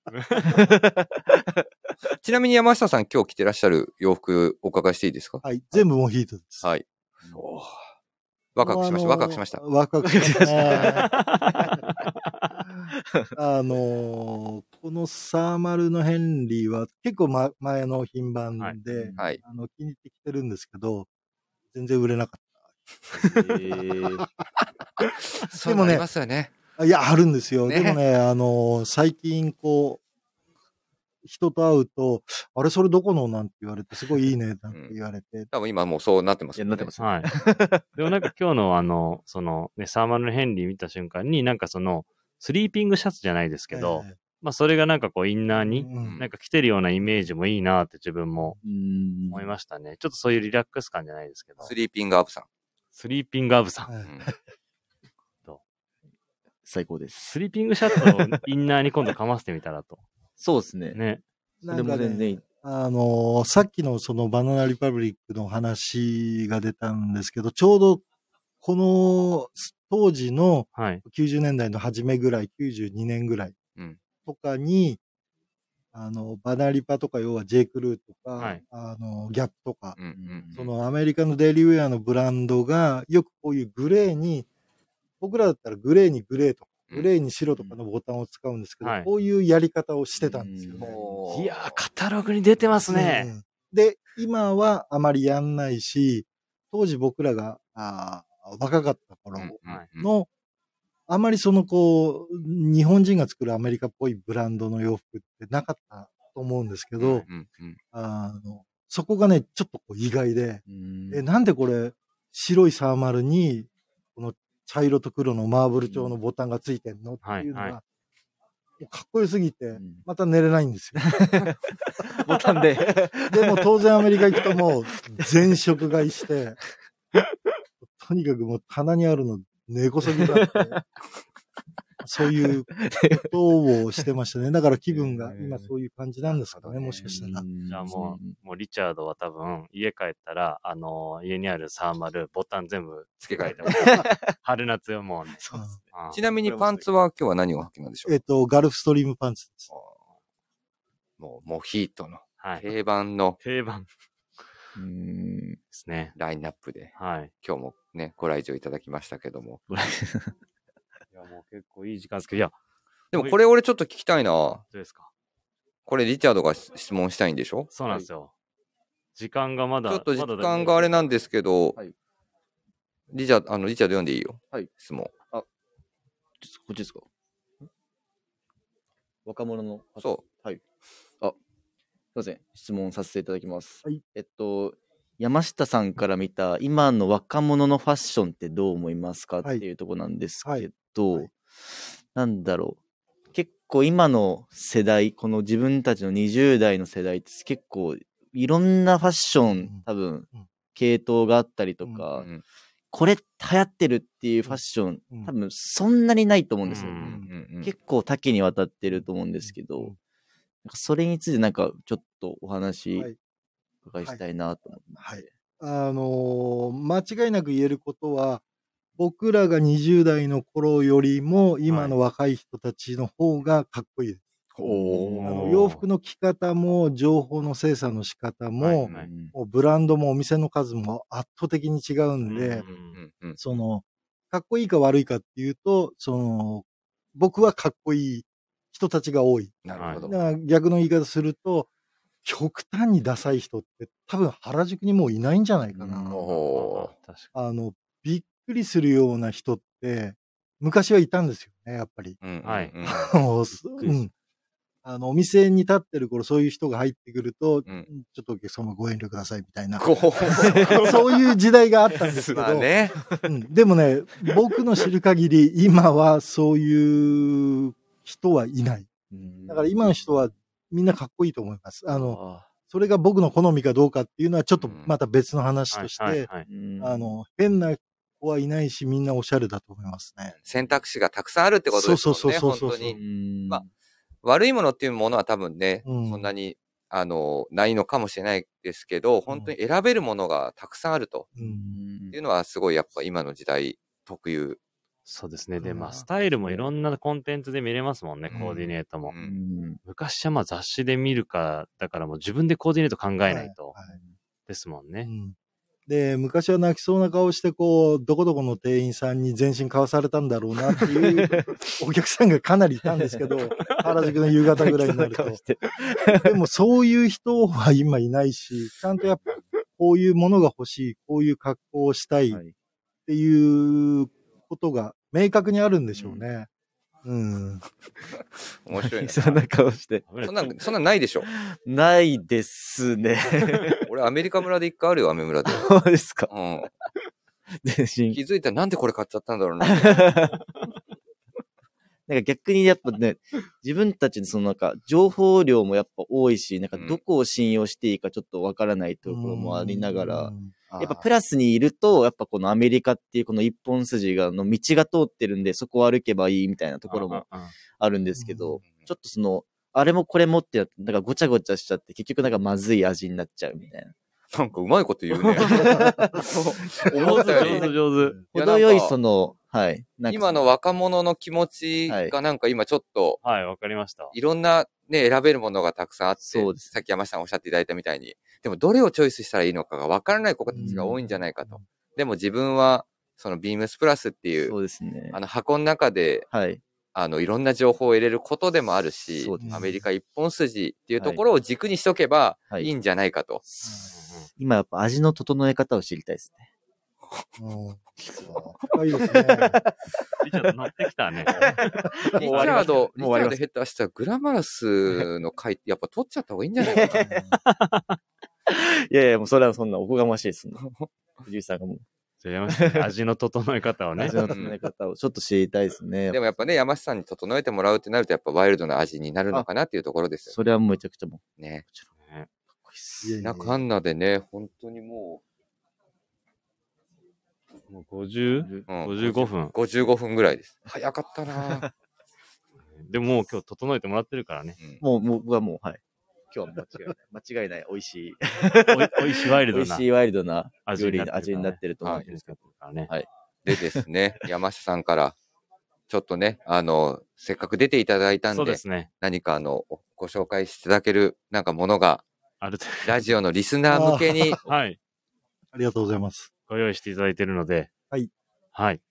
S1: ちなみに山下さん今日着てらっしゃる洋服お伺いしていいですか
S4: はい。全部モヒートです。
S1: はい。おーワクワクしました。ワクワクしました
S4: あ。のワクワクしましたね。 あのーこのサーマルのヘンリーは結構、ま、前の品番
S2: はい
S4: で、
S1: はい。
S4: あの気に入ってきてるんですけど、全然売れなかっ
S1: そうなりますよね。
S4: た。あいや、あるんですよ。
S1: ね
S4: でもね、あのー最近こう、人と会うと、あれ、それどこのなんて言われて、すごいいいね、なんて言われて、
S1: 多分今もうそうなってますよね。
S3: いやなってます
S2: はい。でもなんか今日のあの、その、ね、サーマルのヘンリー見た瞬間に、なんかその、スリーピングシャツじゃないですけど、
S4: え
S2: まあそれがなんかこうインナー
S4: え
S2: に、
S4: うん
S2: なんか着てるようなイメージもいいなって自分も
S3: うん
S2: 思いましたね。ちょっとそういうリラックス感じゃないですけど。
S1: スリーピングアップさん。
S2: スリーピングアブさん。
S4: は
S1: う
S4: い
S1: ん
S3: 最高です。
S2: スリーピングシャツをインナーに今度かませてみたらと。
S3: そうですね。
S2: ね。
S3: それも全然いい。
S4: あのーさっきのそのバナナリパブリックの話が出たんですけど、ちょうどこの当時の
S2: はい。
S4: 90年代の初めぐらい、92年ぐらい
S1: うん
S4: とかに、あの、バナリパとか要は J. クルーとか、
S2: はい
S4: あの、ギャップとか、
S1: うんうん
S4: そのアメリカのデイリーウェアのブランドがよくこういうグレーに、僕らだったらグレーにグレーと
S1: う
S4: か、
S1: ん
S4: グレーに白とかのボタンを使うんですけど、
S2: はい
S4: こういうやり方をしてたんですよね。
S1: おー
S2: いやー、カタログに出てます
S4: う
S2: ね。
S4: んで、今はあまりやんないし、当時僕らがあー若かった頃
S2: はい
S1: うん
S4: の、あまりそのこう、日本人が作るアメリカっぽいブランドの洋服ってなかったと思うんですけど、
S1: うんうん
S4: あのそこがね、ちょっとこう意外で、
S3: うん
S4: え、なんでこれ、白いサーマルに、この茶色と黒のマーブル調のボタンがついてんのっていうのが、
S2: はい
S4: もうかっこよすぎ
S3: う
S4: て、
S3: ん
S4: また寝れないんですよ。
S3: ボタンで。
S4: でも当然アメリカ行くともう全食買いして、とにかくもう棚にあるの根こそぎだって。そういうことをしてましたね。だから気分が今そういう感じ なんです かね、もしかしたら。
S3: じ
S2: じゃあもう、もうリチャードは多分、家帰ったら、あのー家にあるサーマル、ボタン全部
S1: 付け替えて
S2: も春夏よ、もうね。
S4: そうです
S2: うん
S1: ちなみにパンツは今日は何を履きなんでしょ
S4: え
S1: う
S4: っと、ガルフストリームパンツです。
S1: もう、モヒートの
S2: はい。
S1: 定番の
S2: 定番で
S3: うん。
S2: すね。
S1: ラインナップで、
S2: はい。
S1: 今日もね、ご来場いただきましたけども。
S2: いや、もう結構いい時間ですけど、いや、
S1: でもこれ俺ちょっと聞きたい
S2: ど
S1: な。
S2: うですか
S1: これリチャードが質質問したいんでしょ
S2: そうなんですよ。時間がまだ、
S1: ちょっと時
S2: まだだ
S1: 間があれなんですけど、
S3: はい
S1: リチャード、あの、リチャード読んでいいよ。
S3: はい
S1: 質問。
S3: こっちですか若者の方
S1: そう。
S3: すいません、質問させていただきます。
S4: はい
S3: えっと、山下さんから見た今の若者のファッションってどう思いますかっ
S4: は
S3: て
S4: い
S3: いうとこなんです
S4: は
S3: け
S4: い
S3: ど、
S4: はい
S3: なんだろう。結構今の世代、この自分たちの20代の世代って結構いろんなファッショ
S4: ん
S3: ン、多分
S4: うん、
S3: 系統があったりとか、
S1: うん
S3: これ流行ってるっていうファッション、
S4: うん
S3: 多分そんなにないと思うんですよ。
S2: うん
S1: うんうん
S3: 結構多岐にわたってると思うんですけど、
S4: うん
S3: なんかそれについてなんかちょっとお話
S4: はい
S3: お伺いしたいなと思って。
S4: はい。あのー間違いなく言えることは、僕らが20代の頃よりも、今の若い人たちの方がかっこいいです。
S2: おー
S4: あの洋服の着方も、情報の精査の仕方も、
S2: はいはい
S3: うん
S4: もうブランドもお店の数も圧倒的に違うんで、
S2: う
S1: う
S2: ん
S1: んうん
S4: その、かっこいいか悪いかっていうと、その、僕はかっこいい人たちが多い。
S1: なるほど。
S4: だから逆の言い方すると、極端にダサい人って多分原宿にもういないんじゃないかな。
S3: うん
S1: おー
S2: 確か
S4: あの、びっくりするような人って、昔はいたんですよね、やっ ぱり。
S1: うんうんうん
S2: はい
S4: もうす
S2: く
S4: う
S2: りする
S4: ん。あの、お店に立ってる頃、そういう人が入ってくると、
S1: うん
S4: ちょっとお客様ご遠慮くださいみたいな。
S1: こ う
S4: そういう時代があったんですけど、
S1: まあね。
S4: うんでもね、僕の知る限り、今はそういう人はいない。だから今の人はみんなかっこいいと思います。あの、
S3: あ
S4: それが僕の好みかどうかっていうのはちょっと
S1: うん
S4: また別の話
S2: に
S4: とし
S2: はい
S4: て、
S2: はいはい
S4: あの、変な子はいないし、みんなおしゃれだと思いますね。
S1: 選択肢がたくさんあるってことですよね。
S4: そうそうそうそう
S1: 本当
S4: う
S1: に。ま
S3: ま
S1: あ悪いものっていうものは多分ね、
S4: うん
S1: そんなに、あの、ないのかもしれないですけど、本当に選べるものがたくさんあると
S4: うん。
S1: いうのは、すごいやっぱ今の時代特有。
S2: そうですね。で、
S4: うん
S2: まあ、スタイルもいろんなコンテンツで見れますもんね、
S1: うん
S2: コーディネートも。
S1: うん
S2: 昔はまあ雑誌で見るか、だからもう自分でコーディネート考えないと、
S4: はい
S2: ですもん
S4: う
S2: ね。
S4: んで、昔は泣きそうな顔して、こう、どこどこの店員さんに全身買わされたんだろうなっていうお客さんがかなりいたんですけど、原宿の夕方ぐらいにな ると。でもそういう人は今いないし、ちゃんとやっぱこういうものが欲しい、こういう格好をしたいっ
S3: はい
S4: ていうことが明確にあるんでしょうね。うん。
S1: 面白いな。
S3: そんな顔して。
S2: 危ない
S1: そんなん、そんなんないでしょ。
S3: ないで すね。
S1: 俺、アメリカ村で一回あるよ、アメ村で。
S3: そうですか。
S1: う
S3: 全
S1: ん。
S3: 身。
S1: 気づいたらなんでこれ買っちゃったんだろう な。
S3: なんか逆にやっぱね、自分たちのそのなんか情報量もやっぱ多いし、なんかどこを信用していいかちょっとわからないところもありながら、
S4: うん。
S3: やっぱプラスにいると、やっぱこのアメリカっていうこの一本筋が、の道が通ってるんで、そこを歩けばいいみたいなところも
S2: うんうんうん
S3: あるんですけ
S4: う
S3: ど
S4: ん、
S3: ちょっとその、あれもこれもってなって、なんかごちゃごちゃしちゃって、結局なんかまずい味になっちゃうみたいな。
S1: なんかうまいこと 言うね。思ったより
S2: 上手、上手。
S1: いや
S3: 程よ
S1: ないんか
S3: その、はい。なんかそ
S1: 今の若者の気持ちがなんか今ちょっと、
S2: はい、わかりました。
S1: いろんなね、選べるものがたくさんあって、
S3: そうです
S1: さっき山下さんおっしゃっていただいたみたいに、でもどれをチョイスしたらいいのかが分からない子たちが多いんじゃないかと。でも自分は、そのビームスプラスっていう、
S3: そうですね
S1: あ。の箱の中で、
S3: はい。
S1: あの、いろんな情報を入れることでもあるし
S3: そうで、す
S1: アメリカ一本筋っていう
S3: はい
S1: ところを軸にしとけば
S3: はい
S1: いいんじゃないかと。
S3: 今やっぱ味の整え方を知りたいですね。
S4: うん深いですね。
S2: リチャード乗ってきた ね。
S1: リチャード、リチ
S3: もう終わ
S1: ャー
S3: りま
S1: ド
S3: す
S1: ヘッドしたらグラマラスの回、やっぱ取っちゃった方がいいんじ ゃないかな。
S3: いやいや、もうそれはそんなおこがましいですね。藤井さんがもう、
S2: じゃあ山下さん味の整え方をね
S3: 味。の整え方をちょっと知りたいですね。
S1: でもやっぱね、山下さんに整えてもらうってなると、やっぱワイルドな味になるのかなっていうところです
S3: それはもうめちゃくちゃもう、
S1: よね。
S2: ね
S3: かっこいいっす。
S1: なんかあんなでね、本当にも
S2: もう50、
S1: う、うん、
S2: 55分。
S1: 55分ぐらいです。早かったなぁ
S2: でももう今日整えてもらって るからね。
S1: うん
S3: もう、もう、僕はもう、はい。今日はもう間違いない。間違いない。美味しい。
S2: おい美味しいワイル
S3: 美
S2: ド
S3: 味
S2: な
S3: しいワイルドな
S2: 味
S3: 料理
S2: に
S3: の味になってると思うん
S2: てる
S3: ですけ
S2: からね。
S1: でですね、山下さんから、ちょっとね、あの、せっかく出ていただいたん
S2: そう
S1: で、
S2: ですね。
S1: 何かあの、おご紹介していただける、なんかものが、
S2: あると。
S1: ラジオのリスナー向 けに、
S2: はい。
S4: ありがとうございます。
S2: ご用意していただいてるので。
S4: はい。
S2: はい。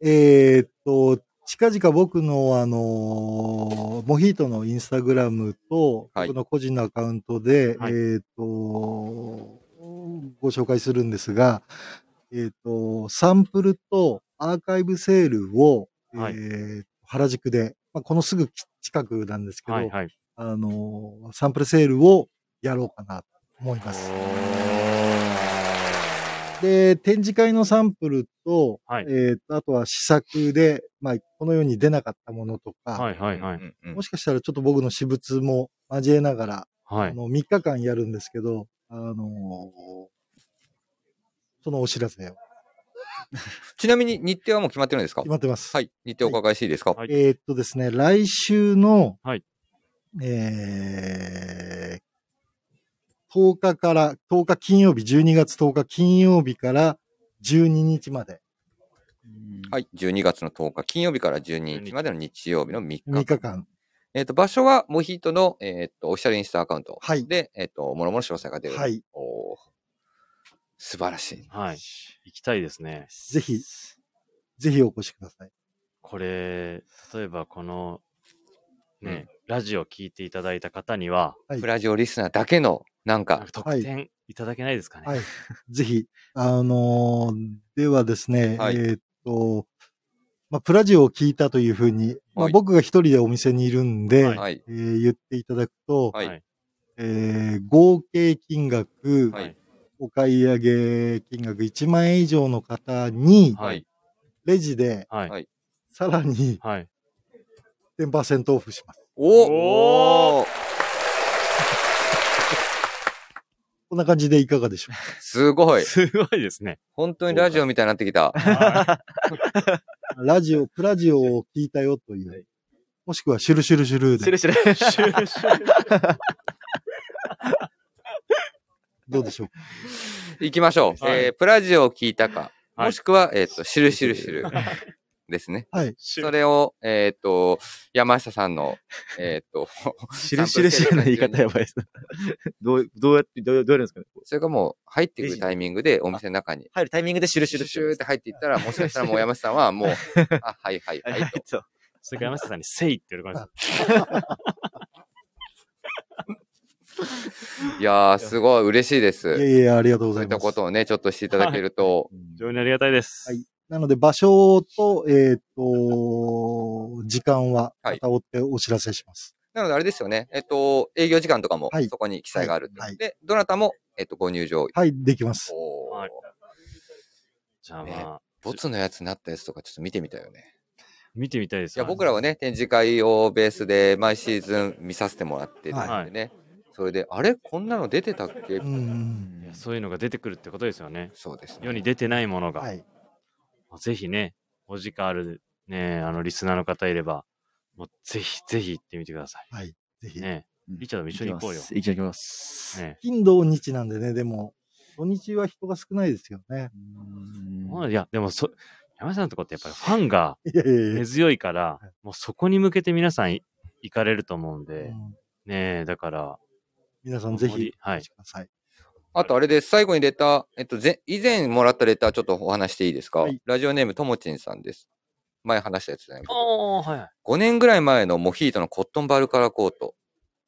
S4: えーっと、近々僕のあのーモヒートのインスタグラムと、
S1: はい
S4: 僕の個人のアカウントで、
S2: はい
S4: えーっと、ご紹介するんですが、えーっと、サンプルとアーカイブセールを、
S2: はい
S4: えーっと原宿で、まあ、このすぐ近くなんですけど、
S2: はい。はい。
S4: あのーサンプルセールをやろうかなと思います。で、展示会のサンプルと、
S2: はい
S4: えーとあとは試作で、まあ、このように出なかったものとか、
S2: はい。はい。
S1: う
S2: はい。
S1: んうん
S4: もしかしたらちょっと僕の私物も交えながら、
S2: は
S4: あ
S2: い。
S4: の3日間やるんですけど、あのーそのお知らせを。
S1: ちなみに日程はもう決まってるんですか
S4: 決まってます。
S1: はい。日程お伺いしていいですか、
S2: はい
S4: えーっとですね、来週の、
S2: はい
S4: えー10日から、10日金曜日、12月10日金曜日から12日まで。
S3: ど。
S1: はい。12月の10日金曜日から12日までの日曜日の3日間。
S4: 3日間。
S1: えっ、と、場所はモヒートの、えっ、と、オフィシャルインスタアカウント。
S4: はい
S1: で、えっ、と、もろもろ詳細が出る。
S4: はい。
S1: おー素晴らしい。
S2: はい。行きたいですね。
S4: ぜひ、ぜひお越しください。
S2: これ、例えばこの、ね、ラジオ聞いていただいた方には、
S4: はい
S1: プラジオリスナーだけの、なん
S2: なん
S1: か
S2: か、特典いただけないですかね。
S4: はいぜひ、あのーではですね、
S1: はい
S4: えーっと、まあ、プラジオを聞いたというふうに、まあ、
S1: はい
S4: 僕が一人でお店にいるんで、
S2: はい
S1: はい。
S4: えー言っていただくと、
S1: はい。
S2: はい
S4: えー合計金額、
S1: はい
S4: お買い上げ金額1万円以上の方に、
S1: はい。
S4: レジで
S2: はい
S1: はい
S4: さらに
S2: はい。
S4: 10%オフします。
S1: おお
S4: こんな感じでいかがでしょう
S1: すごい。
S2: すごいですね。
S1: 本当にラジオみたいになってきた。
S2: は
S4: かラジオ、プラジオを聞いたよという、もしくはシュルシュルシュル
S3: シュ
S4: で、
S3: ルシュル。
S2: いシュルシュル
S4: どうでしょうか
S1: 行きましょう。
S2: はい
S1: えー、プラジオを聞いたか、
S2: はい
S1: もしくは、えっ、と、しるしるしるですね。
S4: はい。
S2: シュ
S1: そ
S2: ル
S1: れを、えっ、と、山下さんの、えっ、 と、
S3: シルシルシルの言い方やばいです。どう、どうやって、どう、どうやるんですかね
S1: それがもう入ってくるタイミングでお店の中に、
S3: 入るタイミングでシュル
S1: シ
S3: シュ
S1: ュ
S3: ル
S1: ルシュルって入っていったら、もしかしたらもう山下さんはもう、あ、はいはい
S3: は、
S1: はい
S3: はいい、そう。
S2: それから山下さんに、せいって言われまし
S1: と。いやー、すごい嬉しいで
S4: いや
S1: す。
S4: いや、ありがとうご
S1: そ
S4: ざ
S1: うい
S4: い
S1: った
S4: ます
S1: こ。とをね、ちょっとしていただけると、
S2: 非常にありがたいです。
S4: はいなので、場所と、えっ、と、時間は、
S1: はい
S4: また追ってお知らせします。
S1: なのであれですよね、えっ、と、営業時間とかも
S4: はい
S1: そこに記載があるってこと
S4: はい
S1: で、どなたも、えっ、と、ご入場。
S4: はい、できます。
S1: おー
S2: はいじゃあま
S1: ね
S2: あ、
S1: ボツのやつになったやつとかちょっと見てみたいよね。
S2: 見てみたいです
S1: いや、僕らはね、展示会をベースで毎シーズン見させてもらってるんでね。それで、あれこんなの出てたっけ、
S4: う。
S1: うん
S2: い
S1: ん
S2: やそういうのが出てくるってことですよね。
S1: そうですね。
S2: 世に出てないものが。
S4: はい。
S2: ぜひね、お時間ある、ね、あの、リスナーの方いれば、もうぜひぜひ行ってみてくださ
S4: はい。ぜひ。
S2: い。ね。リチャードも一緒に行こうよ。
S3: 行きます。
S2: ね
S4: 金土日なんでね、でも、土日は人が少ないですよね。
S2: まあいや、でもそ、山下さんのとこってやっぱりファンが
S4: いやいやいや
S2: 根強いから
S4: はい、
S2: もうそこに向けて皆さんい行かれると思うん
S4: う
S2: で、
S4: ん
S2: ねえ、だから、
S4: 皆さんぜひ、
S2: はい
S4: お越しください。
S1: あとあれです。最後にレター、えっと、ぜ以前もらったレターちょっとお話していいですか、
S4: はい
S1: ラジオネームともちんさんです。前話したやつじゃない
S2: おー、はいはい。
S1: 5年ぐらい前のモヒートのコットンバルカラコート。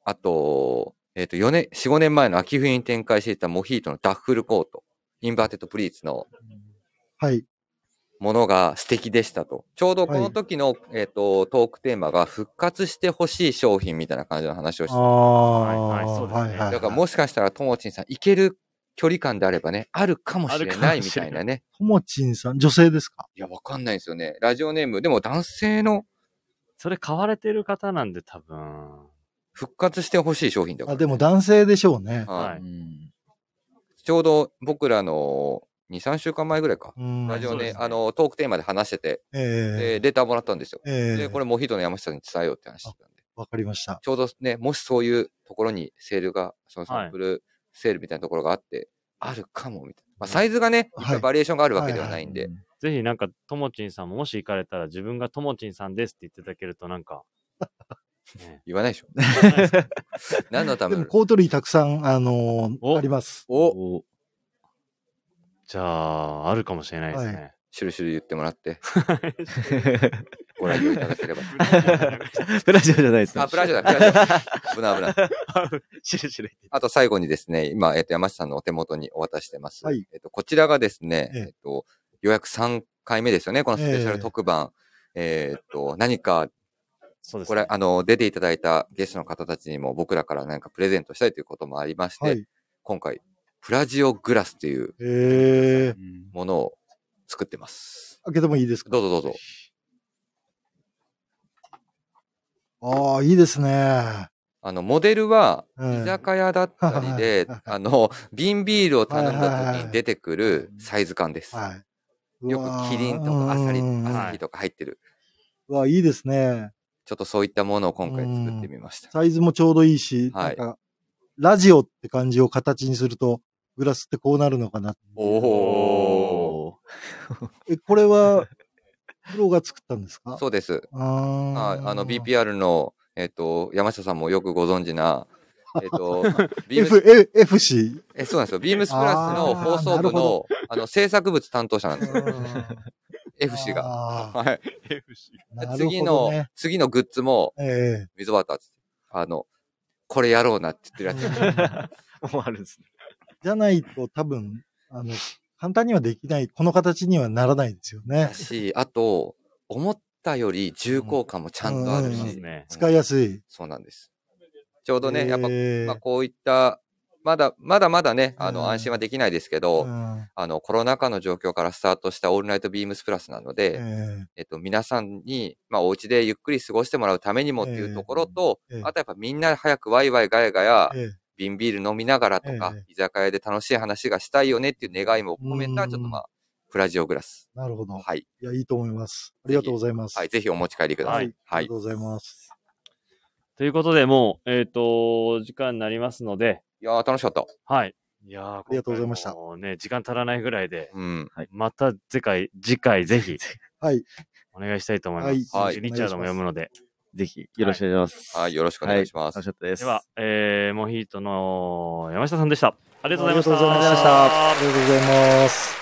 S1: あと、えっ、と、4年、4、5年前の秋冬に展開していたモヒートのダッフルコート。インバーテッドプリーツの
S4: はい。
S1: ものが素敵でしたと。ちょうどこの時の、えっ、と、トークテーマが復活してほしい商品みたいな感じの話をして
S4: あ、あ、
S2: はいはいそうですね
S4: はいはい
S1: だからもしかしたらともちんさん行ける距離感であればね、あるかもしれない
S2: あるかも
S1: み
S2: しれ
S1: た
S2: ない
S1: いなね。
S4: ともちんさん、女性ですか
S1: いや、わかんないですよね。ラジオネーム、でも男性の
S2: それ買われてる方なんで多分、
S1: 復活してほしい商品だから、
S4: あ、でも男性でしょうね。
S1: はい
S2: はい
S3: うん
S1: ちょうど僕らの2、3週間前ぐらいか。
S4: うん。
S1: ラジオ
S2: そうで
S1: ね
S2: す、ね
S1: あの、トークテーマで話してて、
S4: ええ
S1: で、レターもらったんですよ。
S4: ええ
S1: で、これ、モヒートの山下さんに伝えようって話してたんで。
S4: わかりました。
S1: ちょうどね、もしそういうところにセールが、その
S2: はい
S1: サンプルセールみたいなところがあって、あるかも、みたいな。まあ、サイズがね、
S4: は
S1: いっ
S4: い
S1: ぱいバリエーションがあるわけではないんで。
S2: ぜひなんか、ともちんさんももし行かれたら自分がともちんさんですって言っていただけるとなん か、ね
S1: 言わないでしょ。何のため
S4: で
S1: の
S4: も、コート類たくさん、あのー
S2: お
S4: あります。
S1: お
S2: おじゃあ、あるかもしれないですね。
S1: シュルシュル言ってもらって、ご来場いただけ れば。
S3: プラジオじゃないですね
S1: あ、プラジオだ、プラジオ。危ない危ない。
S3: しるしる。
S1: あと最後にですね、今、えっ、と、山下さんのお手元にお渡ししてます。
S4: はい
S1: えっ、と、こちらがですね、
S4: え
S1: え
S4: え
S1: っ、と、ようやく3回目ですよね、このスペシャル特番。えっ、と、何か、
S2: そうです
S1: これ、あの、出ていただいたゲストの方たちにも僕らから何かプレゼントしたいということもありまして、
S4: はい。
S1: 今回、プラジオグラスという
S4: ええ
S1: ものを作ってます。
S4: 開けてもいいですか
S1: どうぞどうぞ。
S4: ああ、いいですね。
S1: あの、モデルは、
S4: うん
S1: 居酒屋だったりで
S4: はい、
S1: あの、瓶ビールを頼ん
S4: はいはい
S1: だ
S4: はい
S1: 時に出てくるサイズ感です。
S4: はい。
S1: よくキリンとかアサリ、アサ
S4: は
S1: リとか入ってる。
S4: うわ、いいですね。
S1: ちょっとそういったものを今回作ってみました。
S4: サイズもちょうどいいし、
S1: はい
S4: なんか、ラジオって感じを形にすると、グラスってこうなるのかな。
S1: お
S3: お
S4: え、これ は、プロが作ったんですか
S1: そうです。
S4: あー
S1: はい。あの、BPR の、えっと、山下さんもよくご存知な、えっ と、ビー
S4: F
S1: ム、
S4: え FC。
S1: え、そうなんですよ。ビームスプラスの放送
S4: あーなる
S1: 部
S4: ほ
S1: の
S4: ど、
S1: あの、制作物担当者なんですよ。FC が。
S4: が。
S1: はい。
S4: なるほどね
S1: 次の、次のグッズも、
S4: え
S1: 溝端、あの、これやろうなって言
S4: え
S1: ってるやつ。
S3: もうあるんですね。
S4: じゃないと多分、あの、簡単にはできない、この形にはならないですよね
S1: だ。し、あと、思ったより重厚感もちゃんとある
S2: そうです
S1: し、
S2: ね。
S4: 使いやすい。
S1: そうなんです。ちょうどね、やっぱ、
S4: ええ
S1: まあ、こういった、まだ、まだまだね、あ
S4: うん
S1: の、安心はできないですけど、
S4: うん
S1: あの、コロナ禍の状況からスタートしたオールナイトビームスプラスなの
S4: え
S1: で、
S4: え
S1: えっと、皆さんに、まあ、お家でゆっくり過ごしてもらうためにもっていうところと
S4: ええええ、
S1: あとやっぱみんな早くワイワイガヤガヤ、
S4: ええ
S1: 瓶ビール飲みながらとか
S4: え、
S1: 居酒屋で楽しい話がしたいよねっていう願いも込めた、ちょっとまあ、プラジオグラス。
S4: なるほど。
S1: はい。
S4: いや、いいと思います。ありがとうございます。
S1: はい、ぜひお持ち帰りください。
S4: あ
S1: は
S4: り
S1: い
S4: がと。うございます。
S2: ということで、もう、えっ、と、時間になりますので、
S1: いやー、楽しかった。
S2: はい。いやあ
S4: りがとうございました
S2: もうね、時間足らないぐらいで、
S1: うん。
S2: また次回、次回ぜひ、
S4: はい。
S2: お願いしたいと思います。
S1: はい
S2: リチャードも読むので。
S3: ぜひ、よろしくお願いします。
S1: はい、よろしくお願いします
S3: 楽し。かったです。
S2: では、えー、モヒートの山下さんでした。ありがとうございました。
S4: ありがとうございました。ありがとうございます。